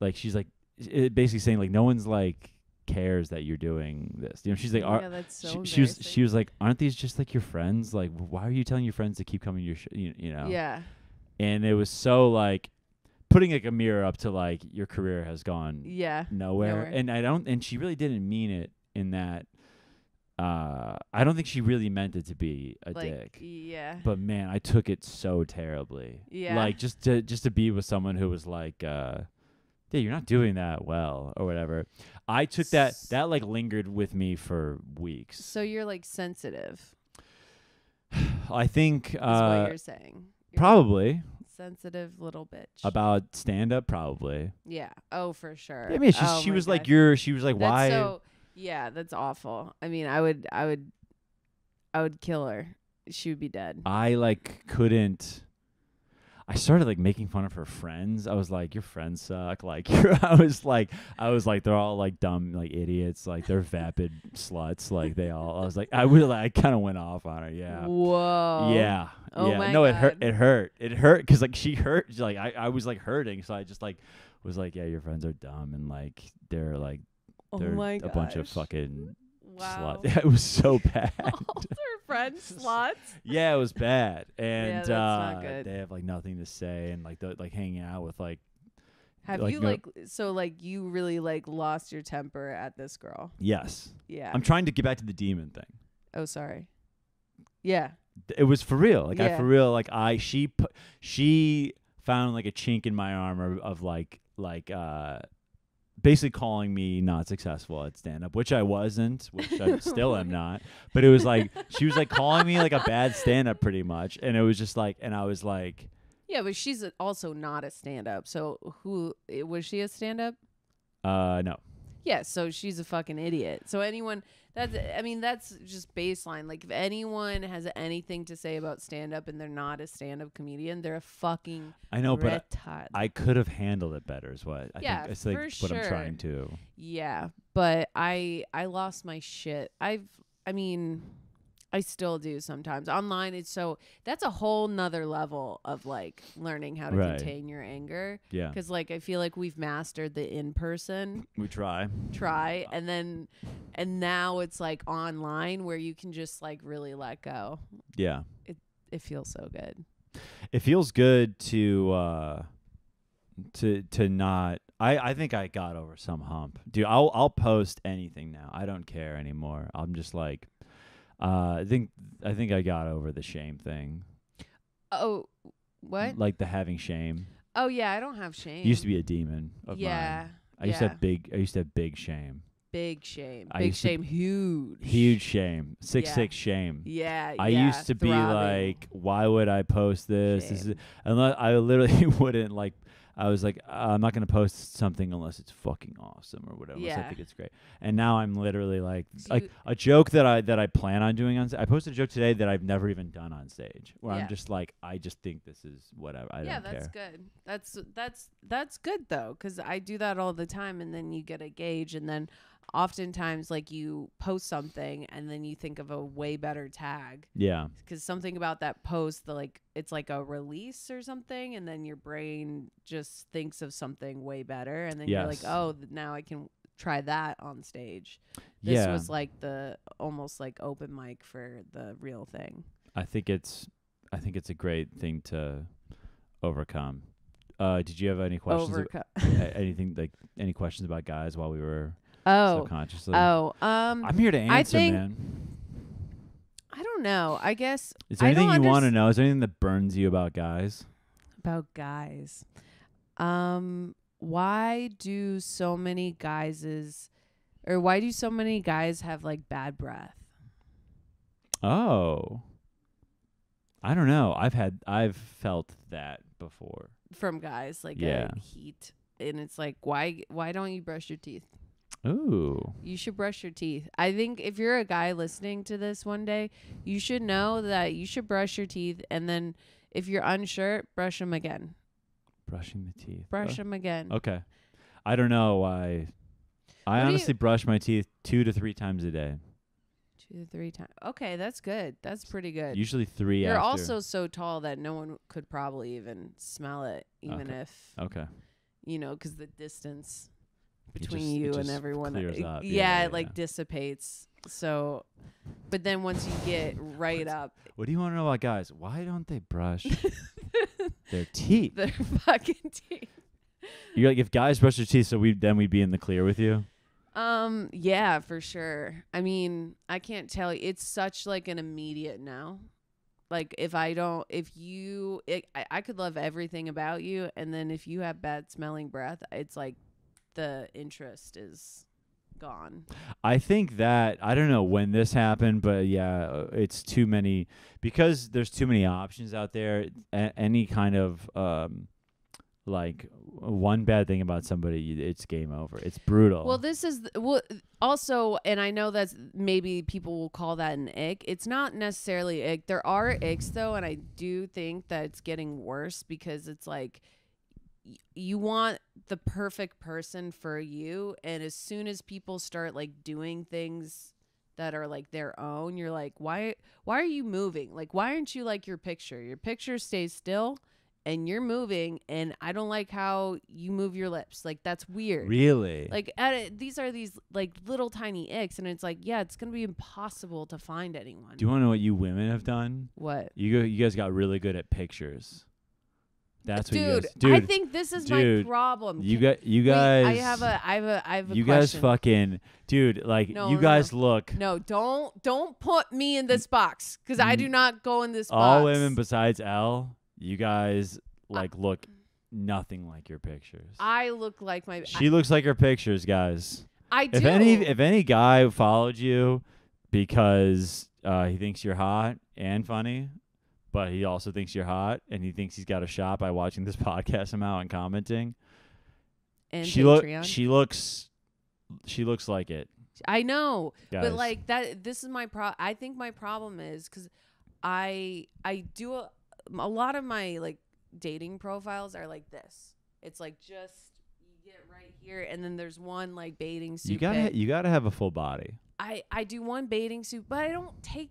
like she's like it basically saying like no one's like cares that you're doing this. You know, she's like are
yeah, that's so
she, she was she
embarrassing.
was like aren't these just like your friends? Like why are you telling your friends to keep coming to your sh-? You, you know?
Yeah.
And it was so like putting like a mirror up to like your career has gone
Yeah.
nowhere.
Nowhere.
And I don't and she really didn't mean it in that uh I don't think she really meant it to be a
like,
dick.
Yeah.
But man, I took it so terribly.
Yeah.
Like just to just to be with someone who was like, uh, yeah, you're not doing that well or whatever. I took that
S-
that like lingered with me for weeks.
so you're like sensitive.
I think
Is
uh
what you're saying. You're
probably
a sensitive little bitch.
about stand up probably.
yeah. Oh, for sure.
I mean, it's just,
Oh
she
my
was
God.
like you're she was like
That's
why
So, yeah, that's awful. I mean, I would, I would, I would kill her. She would be dead.
I like couldn't I started like making fun of her friends. I was like, "Your friends suck." Like, you're, I was like, I was like, they're all like dumb, like idiots, like they're vapid sluts. Like they all. I was like, I would like, I kind of went off on her. Yeah,
Whoa.
yeah,
Oh
yeah.
my
no, it hurt.
God.
It hurt. It hurt because like she hurt. she, Like I, I was like hurting. So I just like was like, yeah, your friends are dumb and like they're like
Oh
they're
my
a bunch of
gosh.
fucking
wow.
sluts. it was so bad.
All their friends sluts.
yeah, it was bad, and
that's
uh,
not good.
they have like nothing to say, and like the, like hanging out with like
Have
Like,
you
no-
like so like you really like lost your temper at this girl?
yes,
Yeah.
I'm trying to get back to the demon thing.
oh, sorry. Yeah.
Th- It was for real, like I
Yeah.
for real, like I she pu- she found like a chink in my armor of like like uh basically calling me not successful at stand up, which I wasn't, which I still am not. But it was like she was like calling me like a bad stand up pretty much, and it was just like, and I was like.
Yeah, but she's a- also not a stand up. So who i- was she a stand up?
Uh no.
Yeah, so she's a fucking idiot. So anyone that's I mean that's just baseline. Like if anyone has anything to say about stand up and they're not a stand up comedian, they're a fucking
I know, but I-
retard.
I could have handled it better. Is what I
Yeah,
think. It's like
for
what I'm trying to.
Yeah, but I I lost my shit. I've I mean I still do sometimes. Online it's so that's a whole nother level of like learning how to
Right.
contain your anger
Yeah,
cuz like I feel like we've mastered the in person
we try.
try and then and now it's like online where you can just like really let go.
Yeah,
It feels so good.
it feels good to uh to to not. I I think I got over some hump, dude. I'll I'll post anything now. I don't care anymore. I'm just like, uh, I think I think I got over the shame thing.
Oh, what?
Like the having shame.
Oh yeah, I don't have shame.
It used to be a demon of
Yeah.
mine. I used to
yeah.
have big. I used to have big shame,
big shame.
I
Big
used to-
shame huge.
huge shame, six
Yeah.
six shame.
Yeah,
I
yeah,
used to be
throbbing.
like, why would I post this? This is unless I literally wouldn't like. I was like, "Uh, I'm not gonna post something unless it's fucking awesome or whatever. Unless I
Yeah.
think it's great. And now I'm literally like,
So
like
you-
a joke that I that I plan on doing on. St- I posted a joke today that I've never even done on stage. Where
Yeah.
I'm just like, I just think this is whatever. I
yeah,
don't care.
that's good. That's that's that's good though, because I do that all the time, and then you get a gauge, and then oftentimes like you post something, and then you think of a way better tag,
Yeah,
because something about that post, the like it's like a release or something, and then your brain just thinks of something way better, and then you're like,
Yes.
oh, th- now I can try that on stage. This
yeah.
was like the almost like open mic for the real thing.
I think it's, I think it's a great thing to overcome. Uh, did you have any questions? ab-
Overcome.
a- anything like any questions about guys while we were
oh.
subconsciously?
Oh, um,
I'm here to
I
answer,
think-
man.
I don't know. I guess
Is there
I don't
anything you want to
underst-
know? Is there anything that burns you about guys?
about guys. Um, why do so many guys or why do so many guys have like bad breath?
Oh, I don't know. I've had I've felt that before.
from guys like
Yeah.
a heat and it's like why why don't you brush your teeth
Ooh.
you should brush your teeth i think if you're a guy listening to this one day you should know that you should brush your teeth and then if you're unsure brush them again
Brushing the teeth.
brush them again
Oh, Okay. I don't know why. I
What do you-
honestly brush my teeth two to three times a day.
two to three times okay that's good that's pretty good
Usually three.
you're
after.
also so tall that no one could probably even smell it even
Okay. Oh.
if
okay.
you know, 'cause the distance
It
between
just- it
you and
just
everyone
clears
it-
up.
yeah,
Yeah, yeah,
it like
yeah.
dissipates so but then once you get right up
What do you want to know about guys? Why don't they brush their teeth?
their fucking teeth
You're like, if guys brush their teeth, so we then we'd be in the clear with you.
um yeah for sure i mean i can't tell you it's such like an immediate no like if i don't if you it, I, I could love everything about you and then if you have bad smelling breath it's like the interest is gone
I think that I don't know when this happened, but yeah, uh, it's too many because there's too many options out there. A- any kind of um, like w- one bad thing about somebody, y- it's game over. It's brutal.
Well, this is th- well also, and I know that's maybe people will call that an ick. It's not necessarily ick. There are icks though, and I do think that it's getting worse because it's like y- you want the perfect person for you, and as soon as people start like doing things that are like their own, you're like, why? Why are you moving? Like, why aren't you like your picture? Your picture stays still. And you're moving, and I don't like how you move your lips. Like that's weird
really,
like at it, these are these like little tiny icks and it's like yeah it's gonna be impossible to find anyone
do you want to know what you women have done?
what
You go, you guys got really good at pictures. That's what you
dude,
guys, dude.
i think this is
dude,
my problem
you
Can-
got, you
wait,
guys.
i have a i have a i have a
you guys
question.
fucking, dude. Like
No,
you
no,
guys look.
no don't don't put me in this box because i do not go in this
Mm. all
box
women besides L, you guys like look nothing like your pictures.
i look like my
she looks like her pictures, guys.
i, I do
If any if any guy followed you because uh, he thinks you're hot and funny, but he also thinks you're hot and he thinks he's got a shot by watching this podcast somehow and commenting,
and
she look
Patreon.
she looks she looks like it,
i know
guys.
But like that, this is my pro. I think my problem is because I I do a, a lot of my like dating profiles are like this. It's like just you get right here, and then there's one like bathing suit.
you gotta
pic.
you gotta have a full body.
I I do one bathing suit, but I don't take.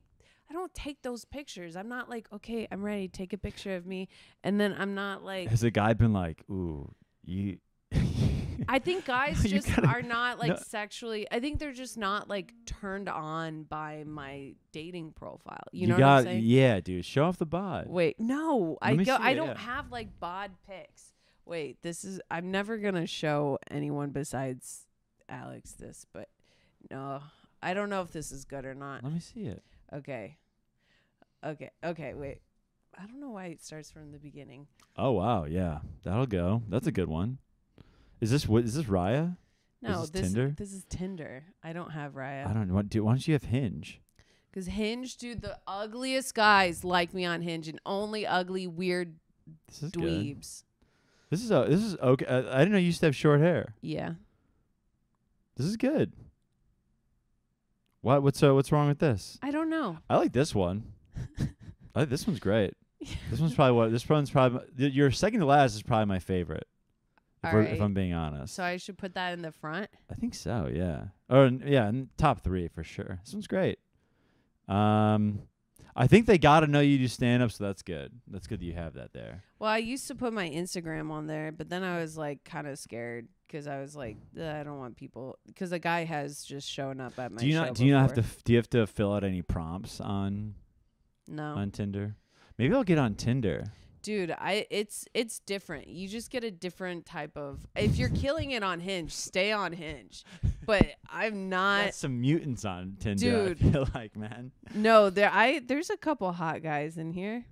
I don't take those pictures. I'm not like, okay, I'm ready. Take a picture of me, and then I'm not like.
Has a guy been like, ooh, you?
I think guys
You
just
gotta-
are not like
no.
sexually. I think they're just not like turned on by my dating profile. You, know what
got
I'm saying?
yeah, dude. Show off the bod.
Wait, no, I
Let me
go.
see
I
it,
don't
yeah.
have like bod pics. Wait, this is. I'm never gonna show anyone besides Alex this, but no, I don't know if this is good or not.
Let me see it.
Okay, okay, okay. Wait, I don't know why it starts from the beginning.
Oh wow, yeah, that'll go. That's a good one. Is this what is this Raya?
No,
this
this
Tinder?
this is Tinder. I don't have
I
Raya
don't know. What- Dude, why don't you have Hinge?
because Hinge, dude, the ugliest guys like me on Hinge, and only ugly, weird
This is good.
dweebs.
This is uh, this is okay. I, I didn't know you used to have short hair.
Yeah,
This is good. What what's uh, what's wrong with this?
I don't know.
I like this one. I like this one's great. This one's probably what this one's probably my- th- your second to last is probably my favorite. If,
All
we're- if
right.
I'm being honest,
So I should put that in the front.
I think so, yeah. Or n- yeah, n- top three for sure. This one's great. Um, I think they got to know you do stand up, so that's good. That's good that you have that there.
Well, I used to put my Instagram on there, but then I was like kind of scared because I was like, "Ugh, I don't want people because a guy has just shown up at my.
do you not?
show
Do you not have to?
before.
f- Do you have to fill out any prompts on
No,
on Tinder? Maybe I'll get on Tinder.
dude, I it's it's different. You just get a different type of. If you're killing it on Hinge, stay on Hinge. But I'm
I,
not.
That's some mutants on Tinder.
Dude.
I feel like man.
No, there I there's a couple hot guys in here,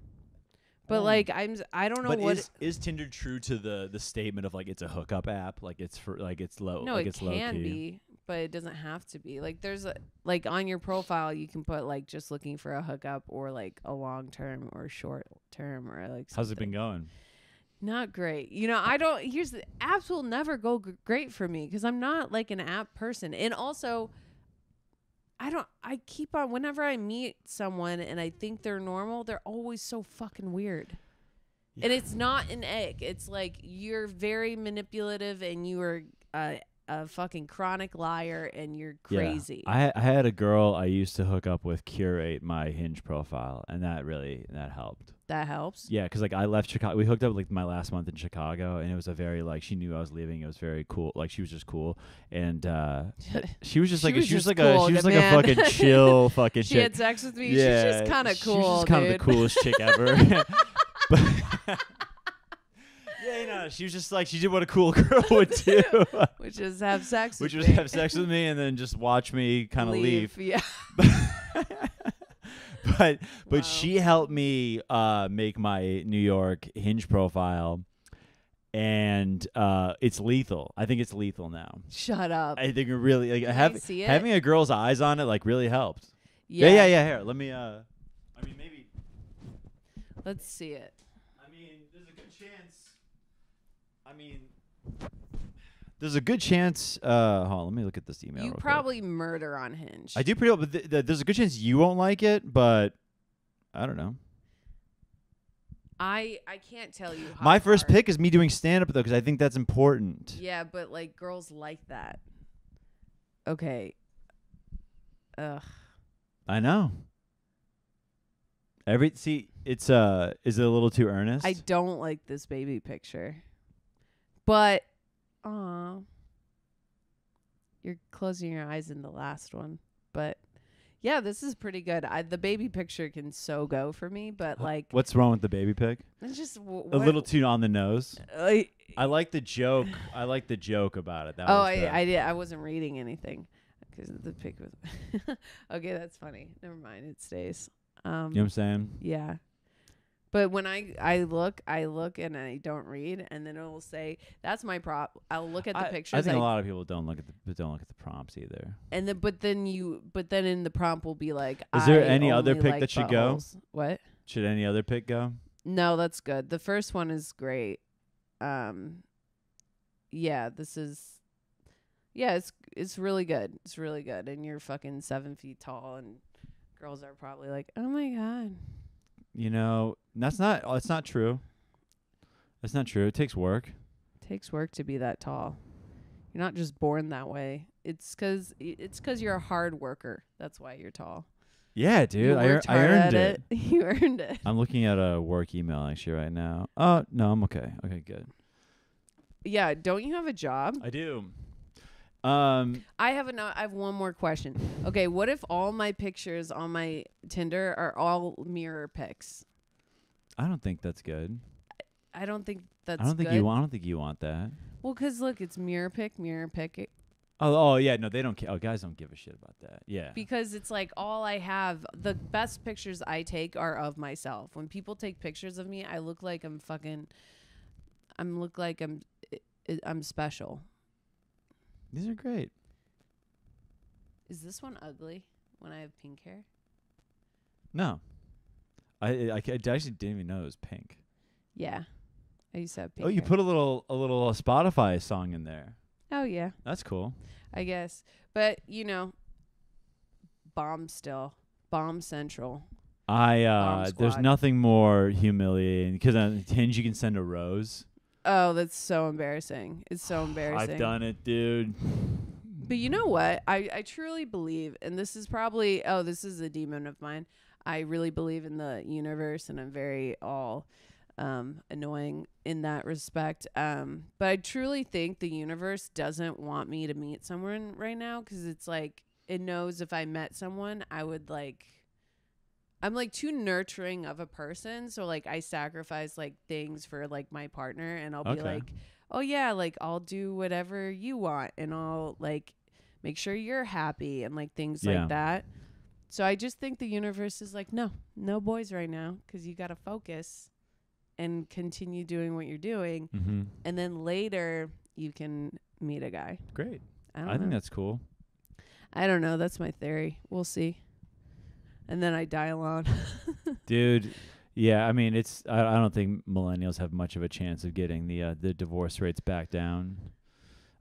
but
Oh.
like I'm s- I don't know
But
what.
is is Tinder true to the the statement of like it's a hookup app? Like it's for like it's low.
no,
like
it
it's low
can
key.
be, but it doesn't have to be. Like there's a, like on your profile you can put like just looking for a hookup or like a long term or short term or like
How's it been going?
not great. You know, I don't. Here's the apps will never go g- great for me because I'm not like an app person, and also, I don't. I keep on whenever I meet someone and I think they're normal, they're always so fucking weird. And it's not an egg. It's like you're very manipulative and you are uh, a fucking chronic liar and you're crazy.
I, I had a girl I used to hook up with curate my Hinge profile, and that really that helped.
that helps.
Yeah, because like I left Chicago. We hooked up like my last month in Chicago, and it was a very like she knew I was leaving. It was very cool. Like she was just cool, and uh, she was just
She
like
was
she was
just
like
cool,
a she was
the
like
man.
a fucking chill fucking
She
chick.
had sex with me. she's just kind of cool.
She's just kind of
dude.
the coolest chick ever. But- yeah, you know, she was just like she did what a cool girl would do,
Which is have sex.
which
with
was
me.
have sex with me and then just watch me kind of leave.
Yeah.
But but
Wow.
she helped me uh, make my New York Hinge profile, and uh, it's lethal. I think it's lethal now.
Shut up.
I think it really like
I
I have,
see it?
having a girl's eyes on it like really helped. Yeah, yeah, yeah. here, let me. Uh, I mean, maybe.
Let's see it.
I mean, there's a good chance. I mean, there's a good chance. Uh, hold on, let me look at this email.
you
real quick.
probably murder on Hinge.
I do pretty well, but th- th- there's a good chance you won't like it, but I don't know.
I I can't tell you. how
My first
far.
pick is me doing stand up, though, because I think that's important.
Yeah, but like girls like that. Okay. Ugh.
I know. Every see, it's uh, is it a little too earnest?
I don't like this baby picture. But, aw. You're closing your eyes in the last one. But, yeah, this is pretty good. I, the baby picture can so go for me, but like,
What's wrong with the baby pick?
it's just w-
A little too on the nose.
I-
I like the joke. I like the joke about it. That
oh,
was
I,
the-
I did. I wasn't reading anything because the pic was. okay, that's funny. Never mind. It stays. Um,
you know what I'm saying?
Yeah. But when I I look, I look and I don't read, and then it will say that's my prop. I'll look at the
I-
pictures,
I think a
I-
lot of people don't look at the but don't look at the prompts either.
and then but then you but then in the prompt will be like,
Is there
I
any other
only
pic
like
that should go?
buttholes. What?
Should any other pick go?
No, that's good. The first one is great. Um, yeah, this is, yeah, it's it's really good. It's really good, and you're fucking seven feet tall, and girls are probably like, oh my god,
You know, that's not oh, that's not true. That's not true. It takes work.
takes work to be that tall. You're not just born that way. It's cause i- it's cause you're a hard worker. That's why you're tall.
Yeah, dude.
you
I, ear-
worked
I
hard
earned
at
it.
it. You earned it.
I'm looking at a work email actually right now. Oh no, I'm okay. Okay, good.
Yeah. Don't you have a job?
I do. Um,
I have another. I have one more question. Okay, what if all my pictures on my Tinder are all mirror pics?
I don't think that's good.
I don't think that's.
I don't think
good.
you. want- I don't think you want that.
Well, 'cause look, it's mirror pic, mirror pic.
Oh, oh yeah. No, they don't care. Oh, guys don't give a shit about that. Yeah.
Because it's like all I have. The best pictures I take are of myself. When people take pictures of me, I look like I'm fucking. I'm look like I'm. I- I- I'm special.
These are great.
Is this one ugly? When I have pink hair,
No. I, I, I actually didn't even know it was pink.
yeah. I used to have pink.
Oh, you
hair.
put a little a little Spotify song in there.
Oh yeah.
That's cool.
I guess. But you know, bomb still, bomb central.
I uh, there's
squad.
nothing more humiliating because on Hinge you can send a rose.
Oh, that's so embarrassing. It's so embarrassing.
I've done it, dude.
But you know what? I I truly believe, and this is probably oh, this is a demon of mine. I really believe in the universe, and I'm very all um, annoying in that respect. Um, but I truly think the universe doesn't want me to meet someone right now because it's like it knows if I met someone, I would like. I'm like too nurturing of a person, so like I sacrifice like things for like my partner, and I'll be
Okay.
like, oh yeah, like I'll do whatever you want, and I'll like make sure you're happy and like things
Yeah.
like that. So I just think the universe is like, no, no boys right now, 'cause you got to focus and continue doing what you're doing,
Mm-hmm.
and then later you can meet a guy.
Great.
I
I,
don't
think
know.
that's cool.
I don't know. That's my theory. We'll see. And then I die alone.
dude. Yeah, I mean, it's I, I don't think millennials have much of a chance of getting the uh, the divorce rates back down.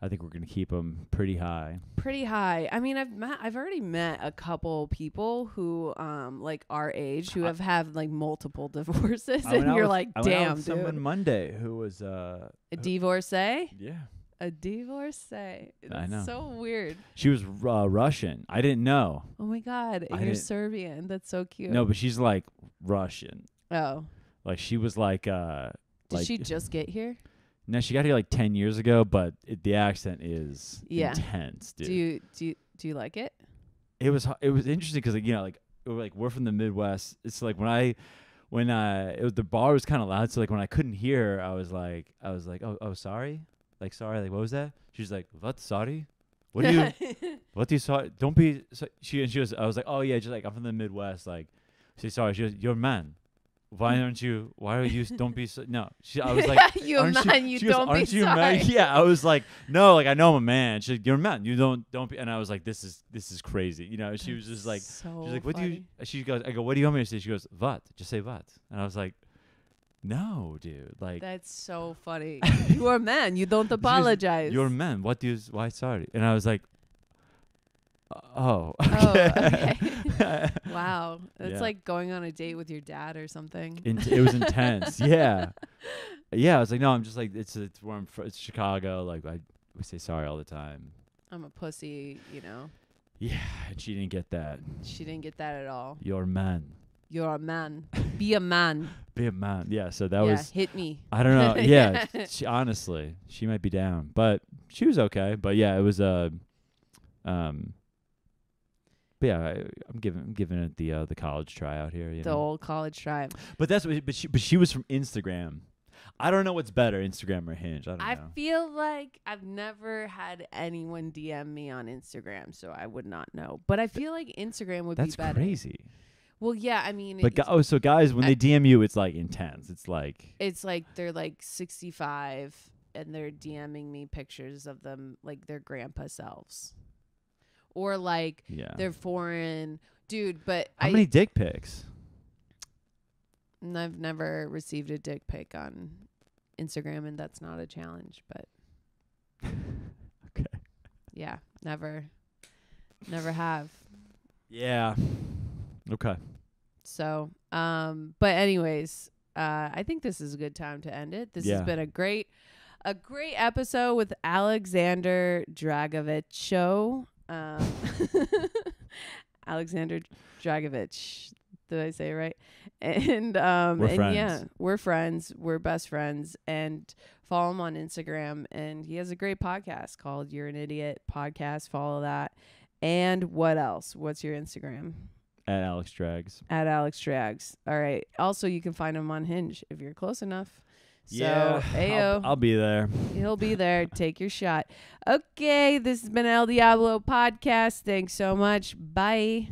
I think we're gonna keep them pretty high.
Pretty high. I mean, I've met, I've already met a couple people who, um, like our age, who
I-
have had like multiple divorces,
I went
and
out
you're
with-
like,
I went out
damn,
with
dude,
someone Monday who was uh
a divorcee,
yeah
a divorcee. It's
I know.
So weird.
she was uh, Russian. I didn't know.
Oh my god, and
I
you're
didn't-
Serbian. That's so cute.
No, but she's like Russian.
Oh,
Like she was like uh
did
like
she just get here?
no she got here like ten years ago, but it, the accent is
Yeah.
intense, dude.
Do you do you, do you like it?
it was it was interesting because like you know like we we're like we're from the Midwest. It's like when I when I it was, the bar was kind of loud, so like when I couldn't hear, I was like I was like oh oh sorry like sorry like what was that? She's like what sorry. What do you what do you sorry? Don't be so, she and she was I was like oh yeah just like I'm from the Midwest like she's sorry she was your man. Why aren't you? Why are you? Don't be so. No, she. I was like,
you
Aren't
man, you,
she goes,
don't
aren't
be
you a
sorry.
man? Yeah, I was like, no, like I know I'm a man. She's like, you're a man. You don't don't be. And I was like, this is this is crazy. You know, she was just like,
so
she's like, what do you?
funny.
She goes, I go, what do you want me to say? She goes, what? Just say what? And I was like, no, dude, like.
That's so funny. you are a man. You don't apologize.
You're a man. What do you? s- Why sorry? And I was like, oh,
Oh,
okay.
okay. wow. That's
Yeah.
like going on a date with your dad or something.
Int- it was intense. yeah, yeah. I was like, no, I'm just like, it's it's where I'm from. It's Chicago. Like I, we say sorry all the time.
I'm a pussy, you know.
And she didn't get that.
She didn't get that at all.
You're a man.
You're a man. Be a man.
Be a man. Yeah. So that
yeah,
was.
hit me.
I don't know. Yeah. she, honestly, she might be down, but she was okay. But yeah, it was uh, um. But yeah, I, I'm giving I'm giving it the uh, the college try out here. You
The
know?
old college tribe.
But that's what. But she but she was from Instagram. I don't know what's better, Instagram or Hinge. I don't
I
know.
feel like I've never had anyone DM me on Instagram, so I would not know. But I feel like Instagram would
That's
be better.
crazy.
Well, yeah, I mean,
But
it's,
gu- oh, so guys, when
I-
they DM you, it's like intense. It's like
it's like they're like 65 and they're DMing me pictures of them, like their grandpa selves, or like
yeah.
they're foreign, dude. But
Oh. How
I,
many dick pics?
n- I've never received a dick pic on Instagram, and that's not a challenge. But
Okay.
yeah, never, never have.
Yeah. Okay.
So, um, but anyways, uh, I think this is a good time to end it. This
Yeah.
has been a great, a great episode with Alexander Dragovich. Um, Alexander Dragovich. Did I say it right? And um,
We're
and yeah,
friends.
we're friends. We're best friends, and follow him on Instagram. And he has a great podcast called "You're an Idiot" podcast. Follow that. And what else? What's your Instagram?
At Alex Drags.
at Alex Drags. All right. Also, you can find him on Hinge if you're close enough. So,
I'll,
Ayo,
I'll be there.
he'll be there. Take your shot. Okay. This has been El Diablo Podcast. Thanks so much. Bye.